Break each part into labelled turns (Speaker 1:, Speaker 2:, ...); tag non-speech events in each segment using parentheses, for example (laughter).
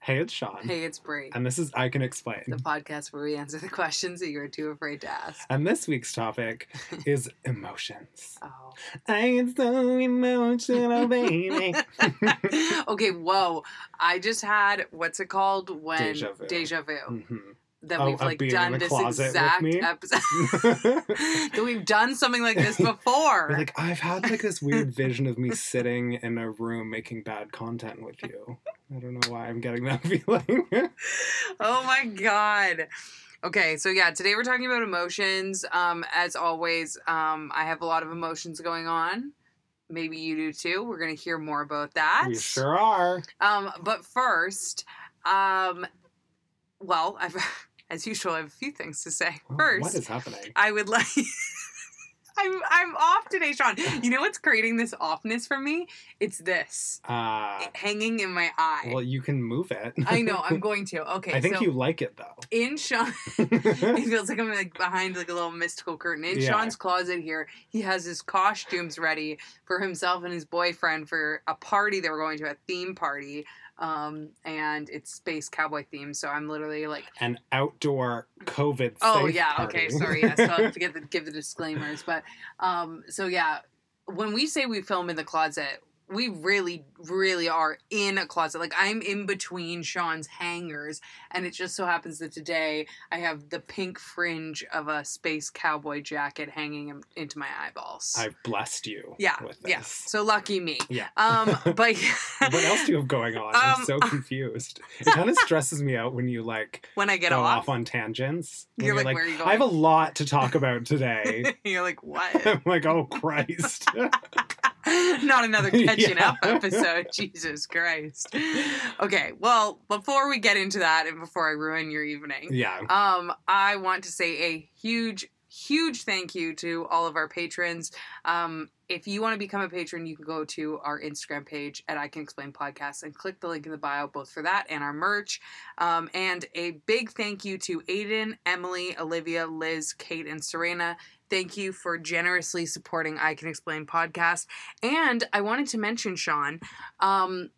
Speaker 1: Hey, it's Sean.
Speaker 2: Hey, it's Brie,
Speaker 1: And this is I Can Explain.
Speaker 2: the podcast where we answer the questions that you're too afraid to ask.
Speaker 1: And this week's
Speaker 2: (laughs)
Speaker 1: topic is emotions. (laughs)
Speaker 2: Oh. (laughs)
Speaker 1: I get so emotional, baby.
Speaker 2: okay, whoa. I just had what's it called when
Speaker 1: Deja vu.
Speaker 2: vu.
Speaker 1: Mhm.
Speaker 2: That
Speaker 1: Oh,
Speaker 2: we've
Speaker 1: of
Speaker 2: like
Speaker 1: being in
Speaker 2: done
Speaker 1: the
Speaker 2: this
Speaker 1: closet with
Speaker 2: exact
Speaker 1: me? (laughs)
Speaker 2: episode. that we've done something like this before.
Speaker 1: You're (laughs) like, I've had like this
Speaker 2: (laughs)
Speaker 1: weird vision of me sitting in a room making bad content with you. I don't know why I'm getting that (laughs) feeling.
Speaker 2: oh my god okay so yeah today we're talking about emotions um as always um i have a lot of emotions going on maybe you do too we're gonna hear more about that
Speaker 1: we sure are.
Speaker 2: um but first um well i've (laughs) as usual i have a few things to say
Speaker 1: Oh, What
Speaker 2: first
Speaker 1: is happening?
Speaker 2: i would like (laughs) I'm, I'm off today, Sean. You know what's creating this offness for me? It's this
Speaker 1: Uh,
Speaker 2: hanging in my eye.
Speaker 1: well, you can move it. (laughs)
Speaker 2: I know, I'm going to. Okay,
Speaker 1: I think
Speaker 2: so
Speaker 1: you like it though.
Speaker 2: (laughs) in Sean,
Speaker 1: (laughs)
Speaker 2: it feels like I'm like behind like a little mystical curtain. In
Speaker 1: Yeah.
Speaker 2: Sean's closet here, he has his costumes ready for himself and his boyfriend for a party they were going to, a theme party. Um, and it's space cowboy themed, so I'm literally like,
Speaker 1: An outdoor COVID.
Speaker 2: oh
Speaker 1: safe
Speaker 2: yeah,
Speaker 1: party.
Speaker 2: okay, sorry, yeah, so I have
Speaker 1: (laughs)
Speaker 2: to get the, give the disclaimers, but um, so yeah, when we say we film in the closet. We really, really are in a closet. Like I'm in between Sean's hangers, and it just so happens that today I have the pink fringe of a space cowboy jacket hanging in- into my eyeballs.
Speaker 1: I've blessed you.
Speaker 2: Yeah,
Speaker 1: With
Speaker 2: yeah.
Speaker 1: this.
Speaker 2: So lucky me.
Speaker 1: Yeah.
Speaker 2: Um, but
Speaker 1: (laughs) What else do you have going on? I'm
Speaker 2: Um,
Speaker 1: so confused. It kind of stresses me out when you like
Speaker 2: (laughs) when I get
Speaker 1: go
Speaker 2: off,
Speaker 1: off. on tangents. when
Speaker 2: You're like, "Where are you
Speaker 1: I have a
Speaker 2: going?"
Speaker 1: lot to talk about
Speaker 2: (laughs)
Speaker 1: today. (laughs)
Speaker 2: you're like, what?
Speaker 1: I'm like, oh
Speaker 2: (laughs)
Speaker 1: Christ.
Speaker 2: Not another catching
Speaker 1: Yeah.
Speaker 2: up episode. (laughs) Jesus Christ. Okay. Well, before we get into that, and before I ruin your evening,
Speaker 1: (laughs) yeah.
Speaker 2: Um, I want to say a huge, huge thank you to all of our patrons. Um, if you want to become a patron, you can go to our Instagram page at I Can Explain Podcast and click the link in the bio, both for that and our merch. Um, and a big thank you to Aiden, Emily, Olivia, Liz, Kate, and Serena. Thank you for generously supporting I Can Explain Podcast. And I wanted to mention, Sean, um,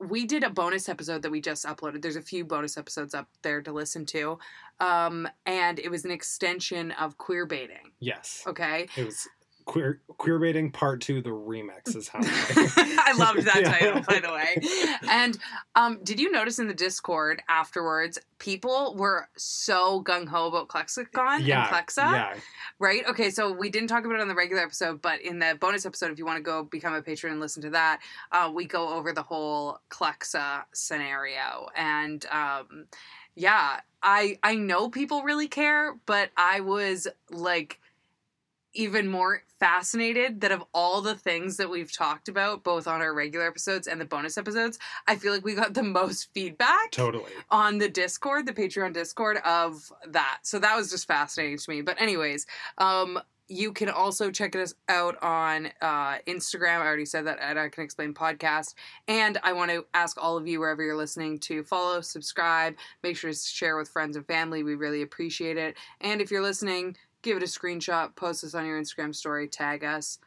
Speaker 2: we did a bonus episode that we just uploaded. There's a few bonus episodes up there to listen to. Um, and it was an extension of queer baiting.
Speaker 1: Yes. (laughs)
Speaker 2: Okay.
Speaker 1: It was queer queer baiting part two, the remix
Speaker 2: (laughs)
Speaker 1: is how
Speaker 2: I loved that
Speaker 1: Yeah.
Speaker 2: title, by the way. And um, did you notice in the Discord afterwards, people were so gung ho about Klexicon
Speaker 1: Yeah.
Speaker 2: and Klexa?
Speaker 1: (laughs) Yeah.
Speaker 2: Right? Okay, so we didn't talk about it on the regular episode, but in the bonus episode, if you want to go become a patron and listen to that, uh, we go over the whole Klexa scenario. And um, yeah, I I know people really care, but I was like even more fascinated that of all the things that we've talked about, both on our regular episodes and the bonus episodes, I feel like we got the (laughs) most feedback
Speaker 1: Totally.
Speaker 2: on the Discord, the Patreon Discord of that. So that was just fascinating to me. But anyways, um you can also check us out on uh, Instagram. I already said that at I Can Explain Podcast. And I want to ask all of you, wherever you're listening, to follow, subscribe, make sure to share with friends and family. We really appreciate it. And if you're listening, give it a screenshot, post us on your Instagram story, tag us.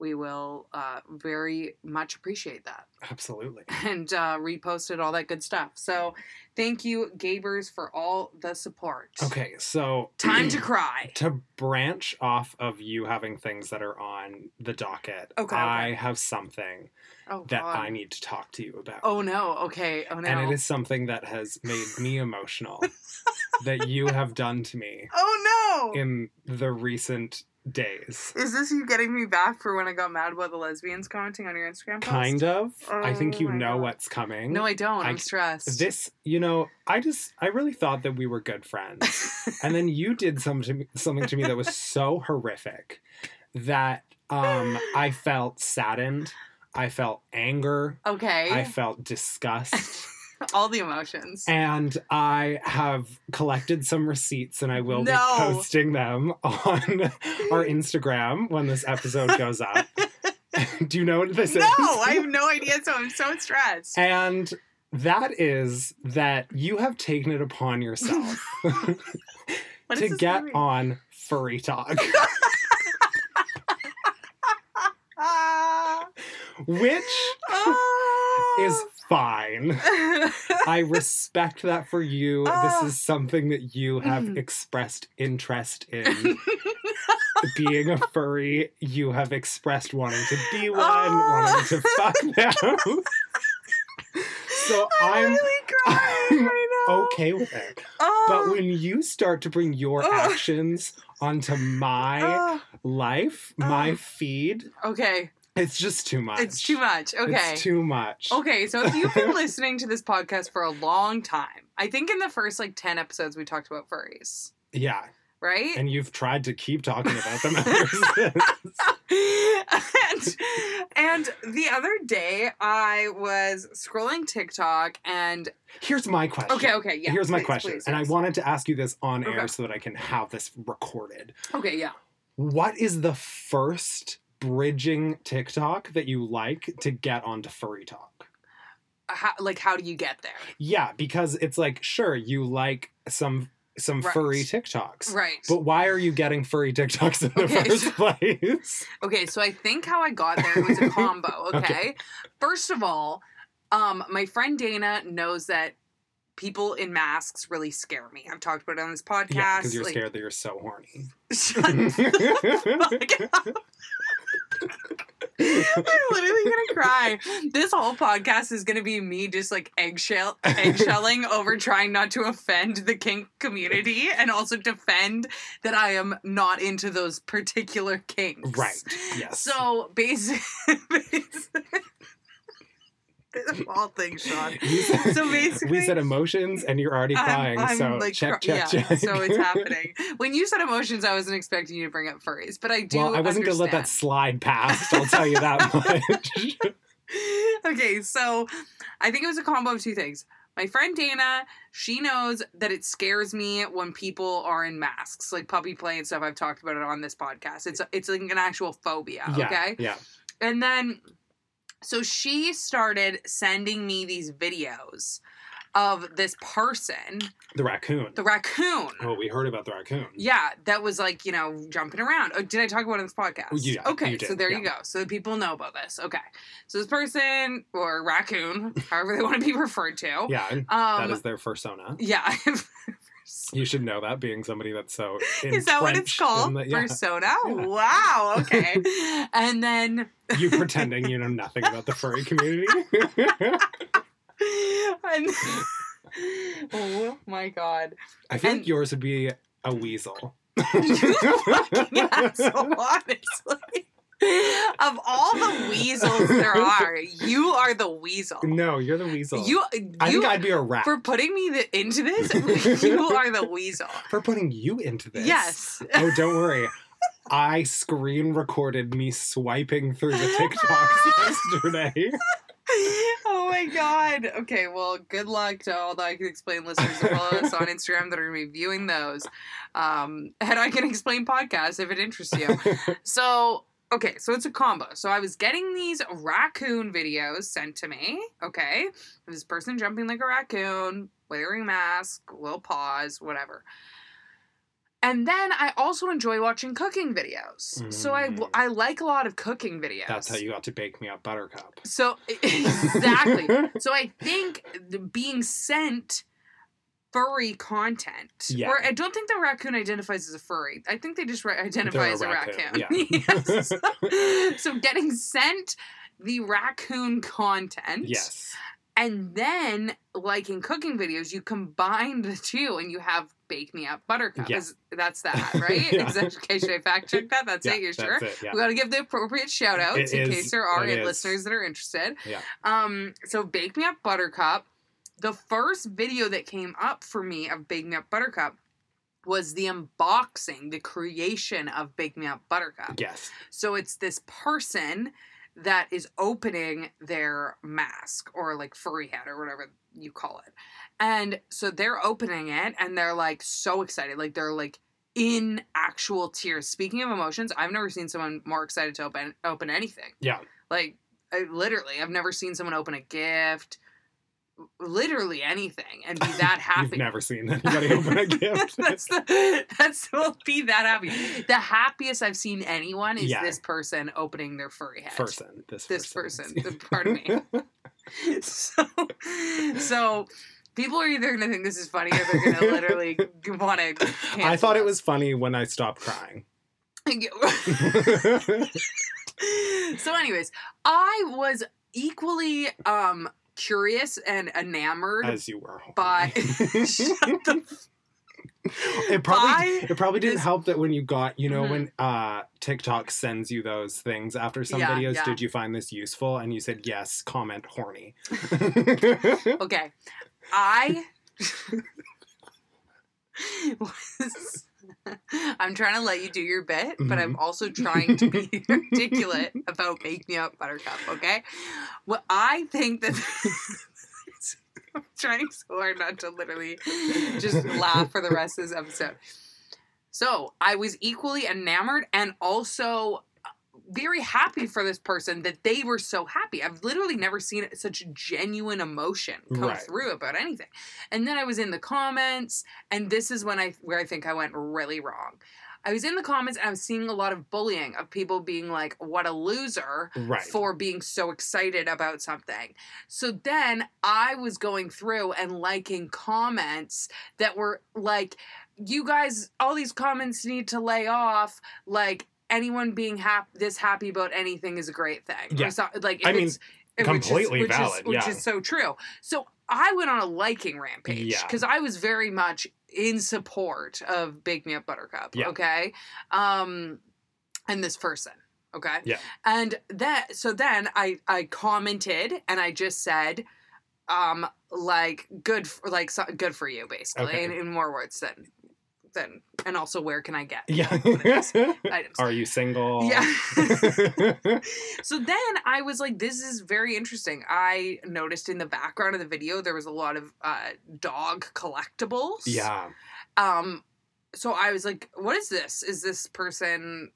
Speaker 2: We will uh, very much appreciate that
Speaker 1: Absolutely.
Speaker 2: and uh, reposted all that good stuff. So thank you, Gabers, for all the support.
Speaker 1: Okay, so
Speaker 2: (clears throat) Time
Speaker 1: (clears throat)
Speaker 2: to cry.
Speaker 1: to branch off of you having things that are on the docket,
Speaker 2: Okay, okay.
Speaker 1: I have something
Speaker 2: Oh,
Speaker 1: that
Speaker 2: God.
Speaker 1: I need to talk to you about.
Speaker 2: Oh, no. Okay. Oh, no.
Speaker 1: And it is something that has made
Speaker 2: (laughs)
Speaker 1: me emotional that you have done to me
Speaker 2: oh, no.
Speaker 1: in the recent days.
Speaker 2: Is this you getting me back for when I got mad about the lesbians commenting on your Instagram post?
Speaker 1: Kind of. I think
Speaker 2: Oh
Speaker 1: you
Speaker 2: my
Speaker 1: know
Speaker 2: God.
Speaker 1: what's coming.
Speaker 2: No, I don't.
Speaker 1: I-
Speaker 2: I'm stressed.
Speaker 1: this, you know, I just, I really thought that we were good friends. and then you did some to me, something to me that was so horrific that um, I felt saddened. I felt anger.
Speaker 2: (laughs) okay.
Speaker 1: I felt disgust.
Speaker 2: (laughs) all the emotions.
Speaker 1: And I have collected some receipts and I will
Speaker 2: No.
Speaker 1: be posting them on (laughs) our Instagram when this episode goes
Speaker 2: (laughs)
Speaker 1: up. Do you know what this
Speaker 2: no,
Speaker 1: is?
Speaker 2: I have no idea. So I'm so (laughs) stressed.
Speaker 1: And that is that you have taken it upon (laughs) yourself
Speaker 2: (laughs) What is
Speaker 1: to
Speaker 2: this
Speaker 1: get
Speaker 2: movie?
Speaker 1: on furry
Speaker 2: (laughs)
Speaker 1: talk,
Speaker 2: Ah.
Speaker 1: which
Speaker 2: Ah.
Speaker 1: (laughs) is fine.
Speaker 2: (laughs)
Speaker 1: I respect that for you.
Speaker 2: Ah.
Speaker 1: this is something that you have
Speaker 2: Mhm.
Speaker 1: expressed interest
Speaker 2: (laughs)
Speaker 1: in. Being a furry, you have expressed wanting to be one,
Speaker 2: Ah.
Speaker 1: wanting to fuck
Speaker 2: (laughs)
Speaker 1: them. so
Speaker 2: I'm
Speaker 1: I'm
Speaker 2: really crying
Speaker 1: (laughs) I'm
Speaker 2: right now.
Speaker 1: okay with it.
Speaker 2: Oh,
Speaker 1: But when you start to bring your
Speaker 2: Ah.
Speaker 1: actions onto my
Speaker 2: oh,
Speaker 1: life,
Speaker 2: Ah.
Speaker 1: my feed,
Speaker 2: okay,
Speaker 1: it's just too much.
Speaker 2: it's too much. Okay.
Speaker 1: Ah, It's too much.
Speaker 2: Okay, so if
Speaker 1: (laughs)
Speaker 2: you've been listening to this podcast for a long time, I think in the first like 10 episodes we talked about furries,
Speaker 1: Yeah.
Speaker 2: right?
Speaker 1: And you've tried to keep talking about them ever since.
Speaker 2: (laughs) and, and the other day I was scrolling TikTok and
Speaker 1: (laughs) Here's my question.
Speaker 2: okay, okay, yeah.
Speaker 1: Here's my
Speaker 2: please,
Speaker 1: question.
Speaker 2: please,
Speaker 1: and
Speaker 2: yes.
Speaker 1: I wanted to ask you this on air
Speaker 2: Okay.
Speaker 1: so that I can have this recorded.
Speaker 2: Okay, yeah.
Speaker 1: What is the first bridging TikTok that you like to get onto furry talk?
Speaker 2: How, like how do you get there?
Speaker 1: Yeah, because it's like, sure, you like some some
Speaker 2: Right.
Speaker 1: furry TikToks.
Speaker 2: Right.
Speaker 1: But why are you getting furry TikToks in the
Speaker 2: Okay,
Speaker 1: first (laughs)
Speaker 2: (laughs)
Speaker 1: place?
Speaker 2: Okay, so I think how I got there was
Speaker 1: (laughs)
Speaker 2: a combo, okay?
Speaker 1: Okay.
Speaker 2: First of all, um, my friend Dana knows that people in masks really scare me. I've talked about it on this podcast.
Speaker 1: yeah, because you're
Speaker 2: like-
Speaker 1: scared that you're so horny.
Speaker 2: (laughs)
Speaker 1: (laughs)
Speaker 2: Shut the fuck up. (laughs) I'm literally gonna cry. This whole podcast is gonna be me just like eggshell
Speaker 1: (laughs)
Speaker 2: eggshelling over trying not to offend the kink community and also defend that I am not into those particular kinks.
Speaker 1: right. Yes.
Speaker 2: So (laughs) basically, this whole thing, Sean.
Speaker 1: (laughs) You said-
Speaker 2: So basically,
Speaker 1: we said emotions, and you're already crying. so check, check,
Speaker 2: cr- yeah,
Speaker 1: check. (laughs)
Speaker 2: So it's happening. When you said emotions, I wasn't expecting you to bring up furries, but I do.
Speaker 1: well, I wasn't gonna let that
Speaker 2: understand. (laughs)
Speaker 1: slide past. I'll tell you that much.
Speaker 2: okay, so I think it was a combo of two things. My friend Dana, she knows that it scares me when people are in masks, like puppy play and stuff. I've talked about it on this podcast. It's it's like an actual phobia.
Speaker 1: (laughs) yeah.
Speaker 2: Okay.
Speaker 1: Yeah.
Speaker 2: And then, so she started sending me these videos of this person,
Speaker 1: The raccoon.
Speaker 2: the raccoon.
Speaker 1: oh, we heard about the raccoon.
Speaker 2: Yeah, that was like, you know, jumping around. Oh, did I talk about it on this podcast?
Speaker 1: Oh, yeah,
Speaker 2: Okay,
Speaker 1: you did,
Speaker 2: so there you
Speaker 1: yeah.
Speaker 2: go. So people know about this. Okay. So this person, or raccoon, (laughs) however they want to be referred to.
Speaker 1: Yeah. and
Speaker 2: Um,
Speaker 1: that is their persona.
Speaker 2: yeah. (laughs)
Speaker 1: You should know that, being somebody that's so.
Speaker 2: Is that what it's
Speaker 1: entrenched in
Speaker 2: called?
Speaker 1: the- yeah.
Speaker 2: Persona?
Speaker 1: Yeah. (laughs)
Speaker 2: Wow. Okay. and then (laughs)
Speaker 1: you pretending you know nothing about the furry community. (laughs)
Speaker 2: and (laughs) oh my god,
Speaker 1: I feel
Speaker 2: And-
Speaker 1: like yours would be a weasel.
Speaker 2: you (laughs)
Speaker 1: (laughs)
Speaker 2: fucking asshole! Honestly, of all the weasels there are, you are the weasel.
Speaker 1: No, you're the weasel.
Speaker 2: You,
Speaker 1: I
Speaker 2: you
Speaker 1: think I'd be a rat
Speaker 2: for
Speaker 1: for,
Speaker 2: putting me the,
Speaker 1: (laughs)
Speaker 2: into this. you are the weasel.
Speaker 1: putting you into this.
Speaker 2: Yes.
Speaker 1: Oh, don't worry. I screen recorded me swiping through the
Speaker 2: (laughs)
Speaker 1: TikToks yesterday.
Speaker 2: Oh my god. Okay, well, good luck to all the I Can Explain listeners that follow us on Instagram that are going to be viewing those. Um, and I Can Explain podcast if it interests you.
Speaker 1: (laughs)
Speaker 2: So, okay, so it's a combo. So I was getting these raccoon videos sent to me, okay? This person jumping like a raccoon, wearing a mask, little paws, whatever. And then I also enjoy watching cooking videos. So I,
Speaker 1: Mm.
Speaker 2: I like a lot of cooking videos.
Speaker 1: That's how you got to bake me up, Buttercup.
Speaker 2: So (laughs)
Speaker 1: (laughs)
Speaker 2: exactly. so I think the being sent furry content,
Speaker 1: Yeah.
Speaker 2: or I don't think the raccoon identifies as a furry. I think they just re- identify
Speaker 1: They're a
Speaker 2: as a raccoon.
Speaker 1: raccoon,
Speaker 2: (laughs)
Speaker 1: (laughs)
Speaker 2: Yes. so getting sent the raccoon content,
Speaker 1: Yes.
Speaker 2: and then like in cooking videos, you combine the two and you have bake me up buttercup.
Speaker 1: Yeah.
Speaker 2: Is- That's that,
Speaker 1: (laughs)
Speaker 2: right?
Speaker 1: Yeah.
Speaker 2: Is- okay, should I fact check that? That's
Speaker 1: Yeah,
Speaker 2: it. You're
Speaker 1: that's
Speaker 2: sure?
Speaker 1: it, yeah.
Speaker 2: We gotta give the appropriate shout outs
Speaker 1: It
Speaker 2: in
Speaker 1: is-
Speaker 2: case there are
Speaker 1: it is.
Speaker 2: listeners that are interested.
Speaker 1: Yeah.
Speaker 2: Um, so Bake Me Up Buttercup. The first video that came up for me of Bake Me Up Buttercup was the unboxing, the creation of Bake Me Up Buttercup.
Speaker 1: Yes.
Speaker 2: So it's this person that is opening their mask or like furry hat or whatever you call it. And so they're opening it and they're like so excited. Like they're like in actual tears. Speaking of emotions, I've never seen someone more excited to open open anything.
Speaker 1: Yeah.
Speaker 2: Like I, literally, I've never seen someone open a gift, literally anything, and be that happy.
Speaker 1: (laughs) You've never seen anybody open
Speaker 2: (laughs)
Speaker 1: a (laughs) gift.
Speaker 2: that's the that's will be that happy. The happiest I've seen anyone is
Speaker 1: Yeah.
Speaker 2: this person opening their furry head.
Speaker 1: person. This,
Speaker 2: This person.
Speaker 1: person.
Speaker 2: Pardon me.
Speaker 1: (laughs)
Speaker 2: (laughs) so, so people are either going to think this is funny or they're going to literally want to.
Speaker 1: (laughs) I thought
Speaker 2: (laughs)
Speaker 1: it was funny when I stopped crying.
Speaker 2: so, anyways, I was equally um curious and enamored
Speaker 1: As you were. (laughs)
Speaker 2: by. (laughs)
Speaker 1: it probably
Speaker 2: By
Speaker 1: it probably didn't
Speaker 2: this-
Speaker 1: help that when you got you know
Speaker 2: Mhm.
Speaker 1: when uh TikTok sends you those things after some
Speaker 2: Yeah,
Speaker 1: videos
Speaker 2: yeah.
Speaker 1: did you find this useful and you said yes comment
Speaker 2: (laughs)
Speaker 1: horny
Speaker 2: okay, I was. I'm trying to let you do your bit, but I'm also trying to be (laughs) articulate about Make Me Up Buttercup, okay? Well, I think that. (laughs) I'm trying so hard not to literally just laugh for the rest of this episode. So I was equally enamored and also very happy for this person that they were so happy. I've literally never seen such genuine emotion come
Speaker 1: Right.
Speaker 2: through about anything. And then I was in the comments, and this is when I where I think I went really wrong. I was in the comments and I was seeing a lot of bullying of people being like, "What a loser!"
Speaker 1: right
Speaker 2: for being so excited about something. So then I was going through and liking comments that were like, you guys, all these comments need to lay off. Like, anyone being hap- this happy about anything is a great thing. Or
Speaker 1: Yeah.
Speaker 2: so- like,
Speaker 1: I
Speaker 2: if
Speaker 1: mean,
Speaker 2: it's- which is-
Speaker 1: completely
Speaker 2: which is,
Speaker 1: valid,
Speaker 2: Which
Speaker 1: yeah.
Speaker 2: is so true. So I went on a liking rampage
Speaker 1: Yeah.
Speaker 2: because I was very much in support of Big Me Up Buttercup.
Speaker 1: Yeah.
Speaker 2: Okay. Um, and this person. Okay.
Speaker 1: Yeah.
Speaker 2: And that so then I I commented and I just said, um, like good f- like so, good for you basically
Speaker 1: Okay.
Speaker 2: in, in more words than than and also where can I get
Speaker 1: yeah
Speaker 2: (laughs)
Speaker 1: (laughs)
Speaker 2: items?
Speaker 1: are you single (laughs)
Speaker 2: Yeah. (laughs) So then I was like, this is very interesting. I noticed in the background of the video there was a lot of uh, dog collectibles.
Speaker 1: yeah
Speaker 2: Um, so I was like, what is this? Is this person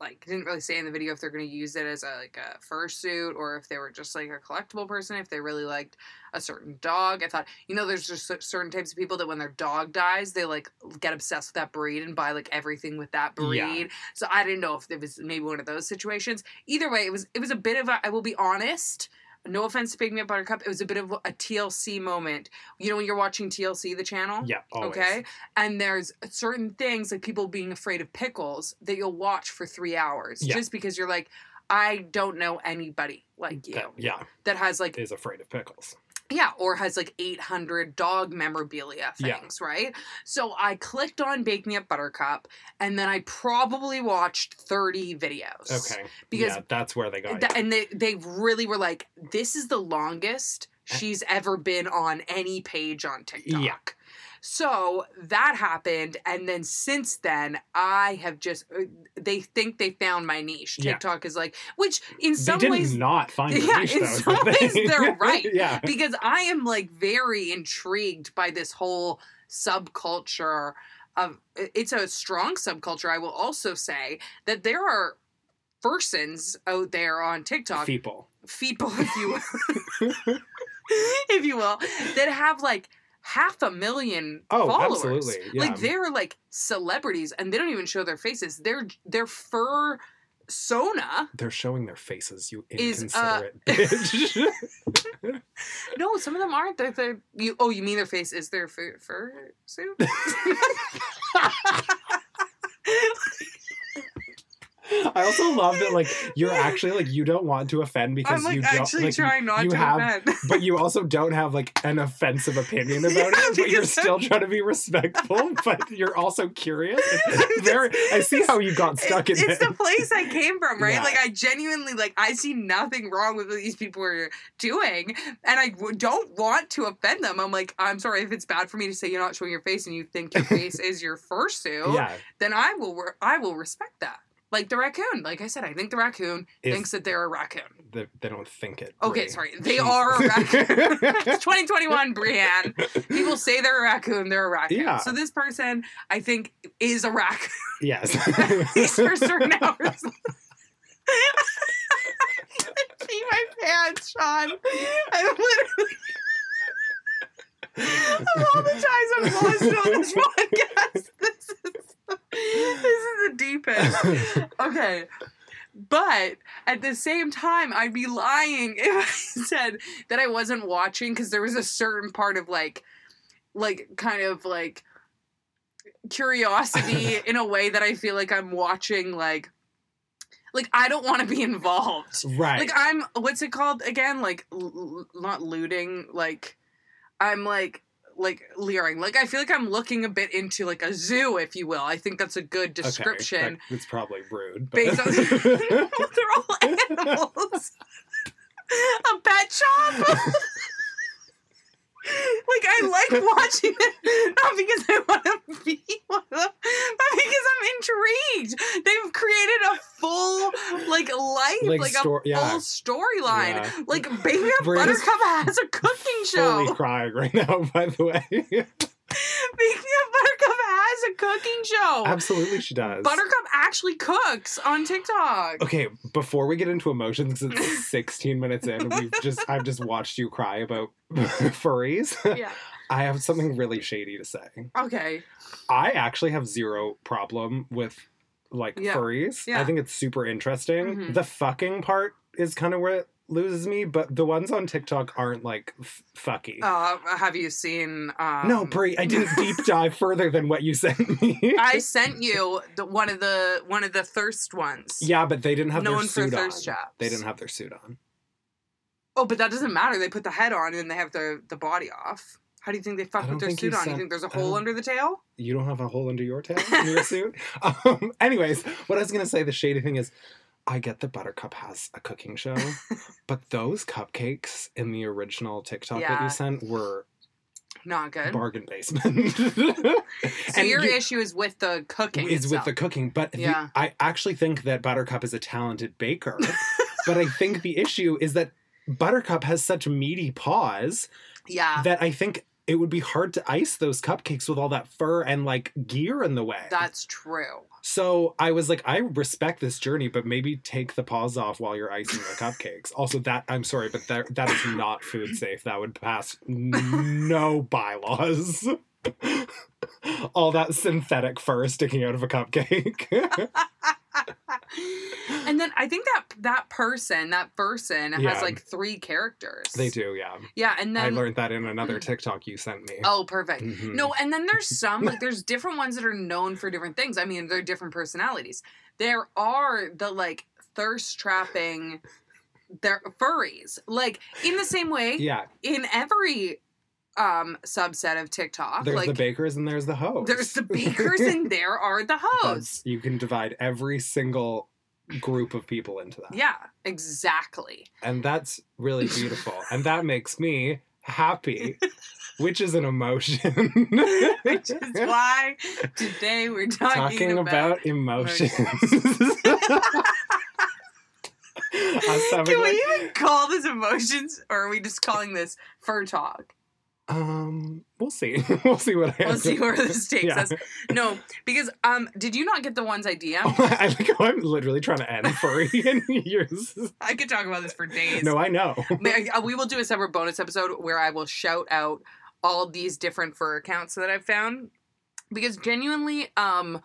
Speaker 2: like didn't really say in the video if they're going to use it as a like a fursuit or if they were just like a collectible person if they really liked a certain dog. I thought, you know, there's just cer- certain types of people that when their dog dies, they like get obsessed with that breed and buy like everything with that
Speaker 1: Yeah.
Speaker 2: breed. So I didn't know if it was maybe one of those situations. Either way, it was it was a bit of a I will be honest, no offense to Big Me Up Buttercup, it was a bit of a TLC moment. You know when you're watching TLC the channel?
Speaker 1: yeah always.
Speaker 2: Okay. And there's certain things like people being afraid of pickles that you'll watch for three hours
Speaker 1: Yeah.
Speaker 2: just because you're like, I don't know anybody like you
Speaker 1: That- yeah
Speaker 2: that has like
Speaker 1: is afraid of pickles
Speaker 2: yeah, or has like 800 dog memorabilia
Speaker 1: Yeah.
Speaker 2: things, right? So I clicked on Bake Me Up Buttercup and then I probably watched 30 videos.
Speaker 1: okay
Speaker 2: Because-
Speaker 1: yeah that's where they got
Speaker 2: Th-
Speaker 1: you.
Speaker 2: and they, they really were like, this is the longest she's ever been on any page on TikTok.
Speaker 1: (laughs) Yeah.
Speaker 2: So that happened. And then since then, I have just, uh, they think they found my niche.
Speaker 1: Yeah.
Speaker 2: TikTok is like, which in
Speaker 1: they
Speaker 2: some
Speaker 1: did
Speaker 2: ways,
Speaker 1: not find your
Speaker 2: (laughs) Yeah,
Speaker 1: niche,
Speaker 2: in
Speaker 1: though, is the
Speaker 2: some ways
Speaker 1: thing. (laughs)
Speaker 2: they're right.
Speaker 1: yeah
Speaker 2: because I am like very intrigued by this whole subculture of it's a strong subculture. I will also say that there are persons out there on TikTok,
Speaker 1: people
Speaker 2: (laughs) people, if you will, if you will, that have like half a million
Speaker 1: oh
Speaker 2: followers.
Speaker 1: absolutely yeah
Speaker 2: Like they're like celebrities and they don't even show their faces. Their their fur sona
Speaker 1: They're showing their faces, you
Speaker 2: Is, uh,
Speaker 1: inconsiderate (laughs)
Speaker 2: (laughs)
Speaker 1: bitch.
Speaker 2: no some of them aren't they're, they're you oh you mean their face is their fur, fur
Speaker 1: (laughs)
Speaker 2: suit (laughs)
Speaker 1: I also love that,
Speaker 2: (laughs)
Speaker 1: like, you're actually like you don't want to offend because
Speaker 2: I'm like
Speaker 1: you don't
Speaker 2: actually
Speaker 1: like,
Speaker 2: trying not
Speaker 1: you
Speaker 2: to
Speaker 1: have-
Speaker 2: offend.
Speaker 1: but you also don't have like an offensive
Speaker 2: (laughs)
Speaker 1: opinion about
Speaker 2: Yeah,
Speaker 1: it. But you're
Speaker 2: because-
Speaker 1: still trying to be respectful,
Speaker 2: (laughs)
Speaker 1: but you're also curious. It's (laughs) Very, I see how you got stuck in
Speaker 2: It's, it's
Speaker 1: it.
Speaker 2: the place I came from, right?
Speaker 1: Yeah.
Speaker 2: Like I genuinely like I see nothing wrong with what these people are doing, and I w- don't want to offend them. I'm like, I'm sorry if it's bad for me to say you're not showing your face and you
Speaker 1: (laughs)
Speaker 2: think your face is your fursuit.
Speaker 1: (laughs) yeah,
Speaker 2: Then I will re- I will respect that. Like the raccoon. Like I said, I think the raccoon
Speaker 1: Is-
Speaker 2: thinks that they're a raccoon.
Speaker 1: they, they don't think it.
Speaker 2: Okay,
Speaker 1: Bree.
Speaker 2: sorry,
Speaker 1: (laughs)
Speaker 2: they are a raccoon. (laughs) It's 2021, Brienne. People say they're a raccoon, they're a raccoon.
Speaker 1: Yeah.
Speaker 2: So this person, I think, is a raccoon
Speaker 1: (laughs)
Speaker 2: (laughs)
Speaker 1: yes.
Speaker 2: at least
Speaker 1: (laughs)
Speaker 2: for certain hours. (laughs) Pee my pants, Sean. I'm literally of all the times I've lost it on (laughs) this podcast. This is this is the deepest. Okay. But at the same time, I'd be lying (laughs) if I said that I wasn't watching because there was a certain part of like, like kind of like curiosity in a way that I feel like I'm watching like, like I don't want to be involved.
Speaker 1: Right.
Speaker 2: Like I'm what's it called again? Like l- l- not looting. Like I'm like like leering. Like I feel like I'm looking a bit into like a zoo, if you will. I think that's a good
Speaker 1: Okay,
Speaker 2: description.
Speaker 1: that- that's probably rude. But
Speaker 2: Based on
Speaker 1: (laughs)
Speaker 2: (laughs) they're all animals. (laughs) a pet shop. (laughs) like I like watching it, not because I want to be one of them, but because I'm intrigued. They've created a full like life, like,
Speaker 1: Like
Speaker 2: a
Speaker 1: sto-
Speaker 2: full
Speaker 1: yeah.
Speaker 2: storyline.
Speaker 1: Yeah.
Speaker 2: Like Baby
Speaker 1: We're just
Speaker 2: Buttercup has a cooking show. (laughs)
Speaker 1: fully crying right now, by the way.
Speaker 2: Baby Buttercup has a cooking show.
Speaker 1: Absolutely, she does.
Speaker 2: Buttercup actually cooks on
Speaker 1: (laughs)
Speaker 2: TikTok.
Speaker 1: Okay, before we get into emotions, 'cause
Speaker 2: (laughs)
Speaker 1: it's 16 minutes in, and we've just I've just watched you cry about (laughs) furries.
Speaker 2: Yeah.
Speaker 1: I have something really shady to say.
Speaker 2: Okay.
Speaker 1: I actually have zero problem with like
Speaker 2: Yeah.
Speaker 1: furries.
Speaker 2: Yeah.
Speaker 1: I think it's super interesting.
Speaker 2: Mhm.
Speaker 1: The fucking part is kind of where it loses me, but the ones on TikTok aren't like f- fucky.
Speaker 2: Uh, have you seen? Um,
Speaker 1: no, Brie, I didn't
Speaker 2: (laughs)
Speaker 1: deep dive further than what you sent me.
Speaker 2: I sent you the one of the one of the thirst ones.
Speaker 1: yeah, but they didn't have
Speaker 2: known
Speaker 1: their
Speaker 2: for
Speaker 1: suit on.
Speaker 2: thirst traps.
Speaker 1: They didn't have their suit on.
Speaker 2: Oh, but that doesn't matter. They put the head on and they have the the body off. How do you think they
Speaker 1: I
Speaker 2: fuck
Speaker 1: don't
Speaker 2: with their
Speaker 1: think you
Speaker 2: suit on? you
Speaker 1: sent-
Speaker 2: think there's a
Speaker 1: I
Speaker 2: hole
Speaker 1: don't-
Speaker 2: under the tail?
Speaker 1: you don't have a hole under your tail in your
Speaker 2: (laughs)
Speaker 1: suit. Um, anyways, what I was gonna say, the shady thing is, I get that Buttercup has a cooking
Speaker 2: (laughs)
Speaker 1: show, but those cupcakes in the original TikTok that
Speaker 2: Yeah.
Speaker 1: you sent were
Speaker 2: Not good.
Speaker 1: bargain basement. (laughs)
Speaker 2: so
Speaker 1: and
Speaker 2: your
Speaker 1: you-
Speaker 2: issue is with the cooking.
Speaker 1: is with the
Speaker 2: itself.
Speaker 1: cooking, but the-
Speaker 2: Yeah.
Speaker 1: I actually think that Buttercup is a talented
Speaker 2: (laughs)
Speaker 1: baker, but I think the issue is that Buttercup has such meaty paws
Speaker 2: yeah.
Speaker 1: that I think. It would be hard to ice those cupcakes with all that fur and like gear in the way.
Speaker 2: That's true.
Speaker 1: So I was like, I respect this journey, but maybe take the paws off while you're icing the cupcakes. Also, that I'm sorry, but that that is not food safe. That would pass n- no bylaws. (laughs) All that synthetic fur sticking out of a
Speaker 2: (laughs)
Speaker 1: cupcake.
Speaker 2: and then I think that that person, that person
Speaker 1: Yeah.
Speaker 2: has like three characters.
Speaker 1: they do, yeah.
Speaker 2: Yeah, and
Speaker 1: I
Speaker 2: then Mm-hmm.
Speaker 1: learned that in another TikTok you sent me.
Speaker 2: oh, perfect.
Speaker 1: Mhm.
Speaker 2: No, and then there's some
Speaker 1: (laughs)
Speaker 2: like there's different ones that are known for different things. I mean, they're different personalities. There are the like thirst trapping they're furries. Like in the same way
Speaker 1: Yeah,
Speaker 2: in every um subset of TikTok,
Speaker 1: there's
Speaker 2: like
Speaker 1: the bakers and there's the hoes.
Speaker 2: there's
Speaker 1: (laughs)
Speaker 2: the bakers and there are the hoes.
Speaker 1: That's- You can divide every single group of people into that.
Speaker 2: Yeah, exactly.
Speaker 1: And that's really beautiful. and that makes me
Speaker 2: (laughs)
Speaker 1: happy, which is an emotion. (laughs)
Speaker 2: Which is why today we're talking,
Speaker 1: Talking
Speaker 2: (laughs) about,
Speaker 1: about emotions. (laughs) Us
Speaker 2: Can
Speaker 1: having
Speaker 2: we
Speaker 1: like,
Speaker 2: even call this emotions or are we just calling this fur talk?
Speaker 1: um, we'll see. (laughs) we'll see what I
Speaker 2: We'll see
Speaker 1: (laughs)
Speaker 2: where this takes
Speaker 1: Yeah.
Speaker 2: us. No, because um, did you not get the ones
Speaker 1: (laughs)
Speaker 2: I DM?
Speaker 1: Oh I think I'm literally trying to end (laughs)
Speaker 2: (laughs)
Speaker 1: furry in years.
Speaker 2: I could talk about this for days.
Speaker 1: No, I know.
Speaker 2: May- I- uh, we will do a separate bonus episode where I will shout out all these different fur accounts that I've found because genuinely, um,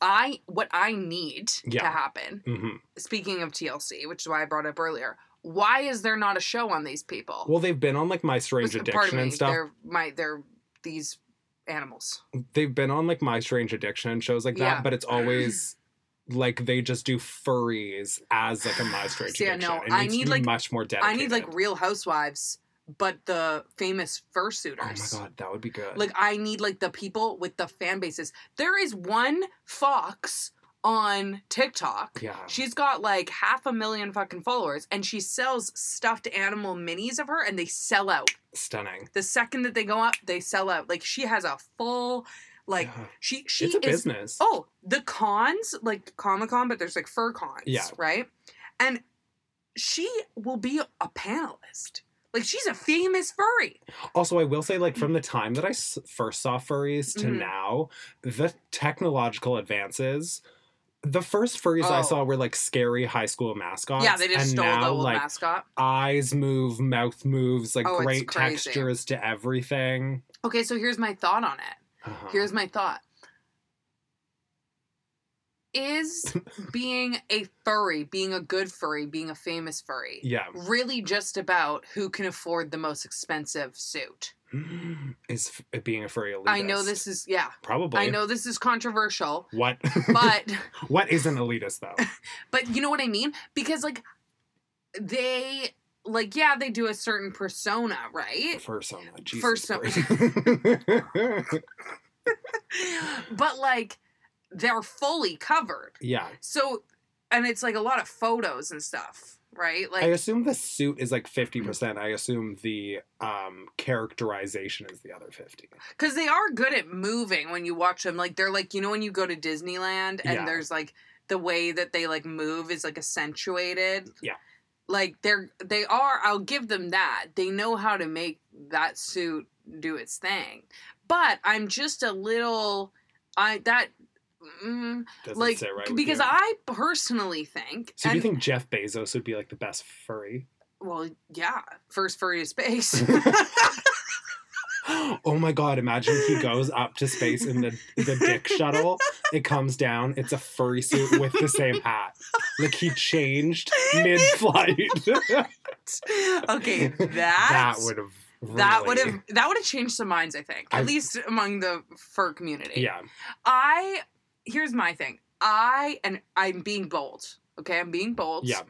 Speaker 2: I what I need to
Speaker 1: Yeah.
Speaker 2: happen.
Speaker 1: hmm
Speaker 2: Speaking of TLC, which is why I brought up earlier, why is there not a show on these people?
Speaker 1: Well, they've been on like My Strange
Speaker 2: Pardon
Speaker 1: Addiction and
Speaker 2: me,
Speaker 1: stuff.
Speaker 2: They're my they're these animals.
Speaker 1: they've been on like My Strange Addiction and shows like that,
Speaker 2: Yeah.
Speaker 1: but it's always like they just do furries as like a
Speaker 2: (sighs)
Speaker 1: My Strange
Speaker 2: See, I
Speaker 1: Addiction.
Speaker 2: know.
Speaker 1: It
Speaker 2: I
Speaker 1: needs to
Speaker 2: need,
Speaker 1: be
Speaker 2: like-
Speaker 1: much more dedicated. Oh
Speaker 2: I need like Real Housewives, but the famous fursuiters.
Speaker 1: oh my god, that would be good.
Speaker 2: Like I need like the people with the fan bases. There is one fox on TikTok.
Speaker 1: yeah,
Speaker 2: She's got like half a million fucking followers and she sells stuffed animal minis of her and they sell out.
Speaker 1: stunning.
Speaker 2: The second that they go up, they sell out. Like she has a full like
Speaker 1: Yeah.
Speaker 2: she she
Speaker 1: it's a
Speaker 2: is
Speaker 1: business.
Speaker 2: Oh, the cons, like Comic Con, but there's like fur cons,
Speaker 1: Yeah.
Speaker 2: right? And she will be a panelist. Like she's a famous furry.
Speaker 1: Also, I will say, like from the
Speaker 2: Mm-hmm.
Speaker 1: time that I s- first saw furries to
Speaker 2: Mhm.
Speaker 1: now, the technological advances. The first furries I
Speaker 2: Oh.
Speaker 1: saw were like scary high school mascots.
Speaker 2: yeah, they just
Speaker 1: and
Speaker 2: stole
Speaker 1: now,
Speaker 2: the old
Speaker 1: like,
Speaker 2: mascot.
Speaker 1: Eyes move, mouth moves, like
Speaker 2: Oh, it's
Speaker 1: great
Speaker 2: crazy.
Speaker 1: textures to everything.
Speaker 2: Okay, Uh-huh. so here's my thought on it.
Speaker 1: Uh-huh.
Speaker 2: Here's my thought.
Speaker 1: (laughs)
Speaker 2: is being a furry, being a good furry, being a famous furry,
Speaker 1: Yeah. (gasps)
Speaker 2: really just about who can afford the most expensive suit?
Speaker 1: Is f- uh, being a furry elitist?
Speaker 2: I know this is, yeah,
Speaker 1: Probably.
Speaker 2: I know this is
Speaker 1: (laughs)
Speaker 2: controversial,
Speaker 1: What?
Speaker 2: but.
Speaker 1: what is an elitist though?
Speaker 2: (laughs) But you know what I mean? Because like they like yeah, they do a certain persona, right?
Speaker 1: Persona. Jesus
Speaker 2: Persona.
Speaker 1: Christ. (laughs)
Speaker 2: But like they're fully covered.
Speaker 1: yeah.
Speaker 2: So and it's like a lot of photos and stuff, right?
Speaker 1: I
Speaker 2: Like
Speaker 1: assume the suit is like fifty percent. I assume the um characterization is the other fifty.
Speaker 2: cuz they are good at moving when you watch them. Like they're like you know when you go to Disneyland and
Speaker 1: Yeah.
Speaker 2: there's like the way that they like move is like accentuated.
Speaker 1: Yeah.
Speaker 2: Like they're they are I'll give them that. They know how to make that suit do its thing. But I'm just a little I that mm,
Speaker 1: Doesn't
Speaker 2: like
Speaker 1: sit right with
Speaker 2: because
Speaker 1: you.
Speaker 2: I personally think
Speaker 1: So do
Speaker 2: and-
Speaker 1: you think Jeff Bezos would be like the best furry? (gasps)
Speaker 2: well yeah, first furry
Speaker 1: (laughs)
Speaker 2: to space.
Speaker 1: oh my god, imagine he goes up to space in the the dick shuttle. It comes down, it's a furry suit with the same hat. Like he changed mid (laughs) flight.
Speaker 2: (laughs)
Speaker 1: (laughs)
Speaker 2: okay, that
Speaker 1: that would have really,
Speaker 2: that would have that would have changed some minds, I think. At
Speaker 1: I've-
Speaker 2: least among the fur community.
Speaker 1: Yeah.
Speaker 2: I here's my thing. I and I'm being bold. Okay, I'm being bold.
Speaker 1: Yeah.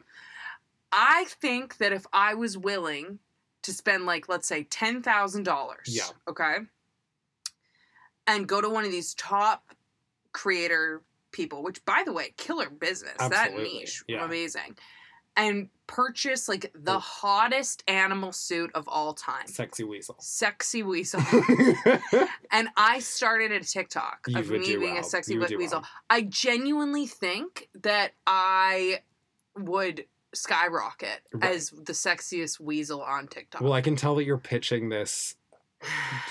Speaker 2: I think that if I was willing to spend like let's say ten thousand dollars.
Speaker 1: Yeah.
Speaker 2: Okay. And go to one of these top creator people, which by the way, killer business. That
Speaker 1: Absolutely,
Speaker 2: niche.
Speaker 1: yeah.
Speaker 2: Amazing. And purchase like the
Speaker 1: Oh.
Speaker 2: hottest animal suit of all time.
Speaker 1: Sexy weasel.
Speaker 2: Sexy
Speaker 1: (laughs)
Speaker 2: weasel.
Speaker 1: you
Speaker 2: And I started a TikTok of
Speaker 1: would
Speaker 2: me
Speaker 1: do
Speaker 2: being
Speaker 1: well.
Speaker 2: a sexy
Speaker 1: You would
Speaker 2: we-
Speaker 1: do
Speaker 2: weasel.
Speaker 1: well.
Speaker 2: I genuinely think that I would skyrocket
Speaker 1: Right.
Speaker 2: as the sexiest weasel on
Speaker 1: (laughs)
Speaker 2: TikTok.
Speaker 1: Well, I can tell that you're pitching this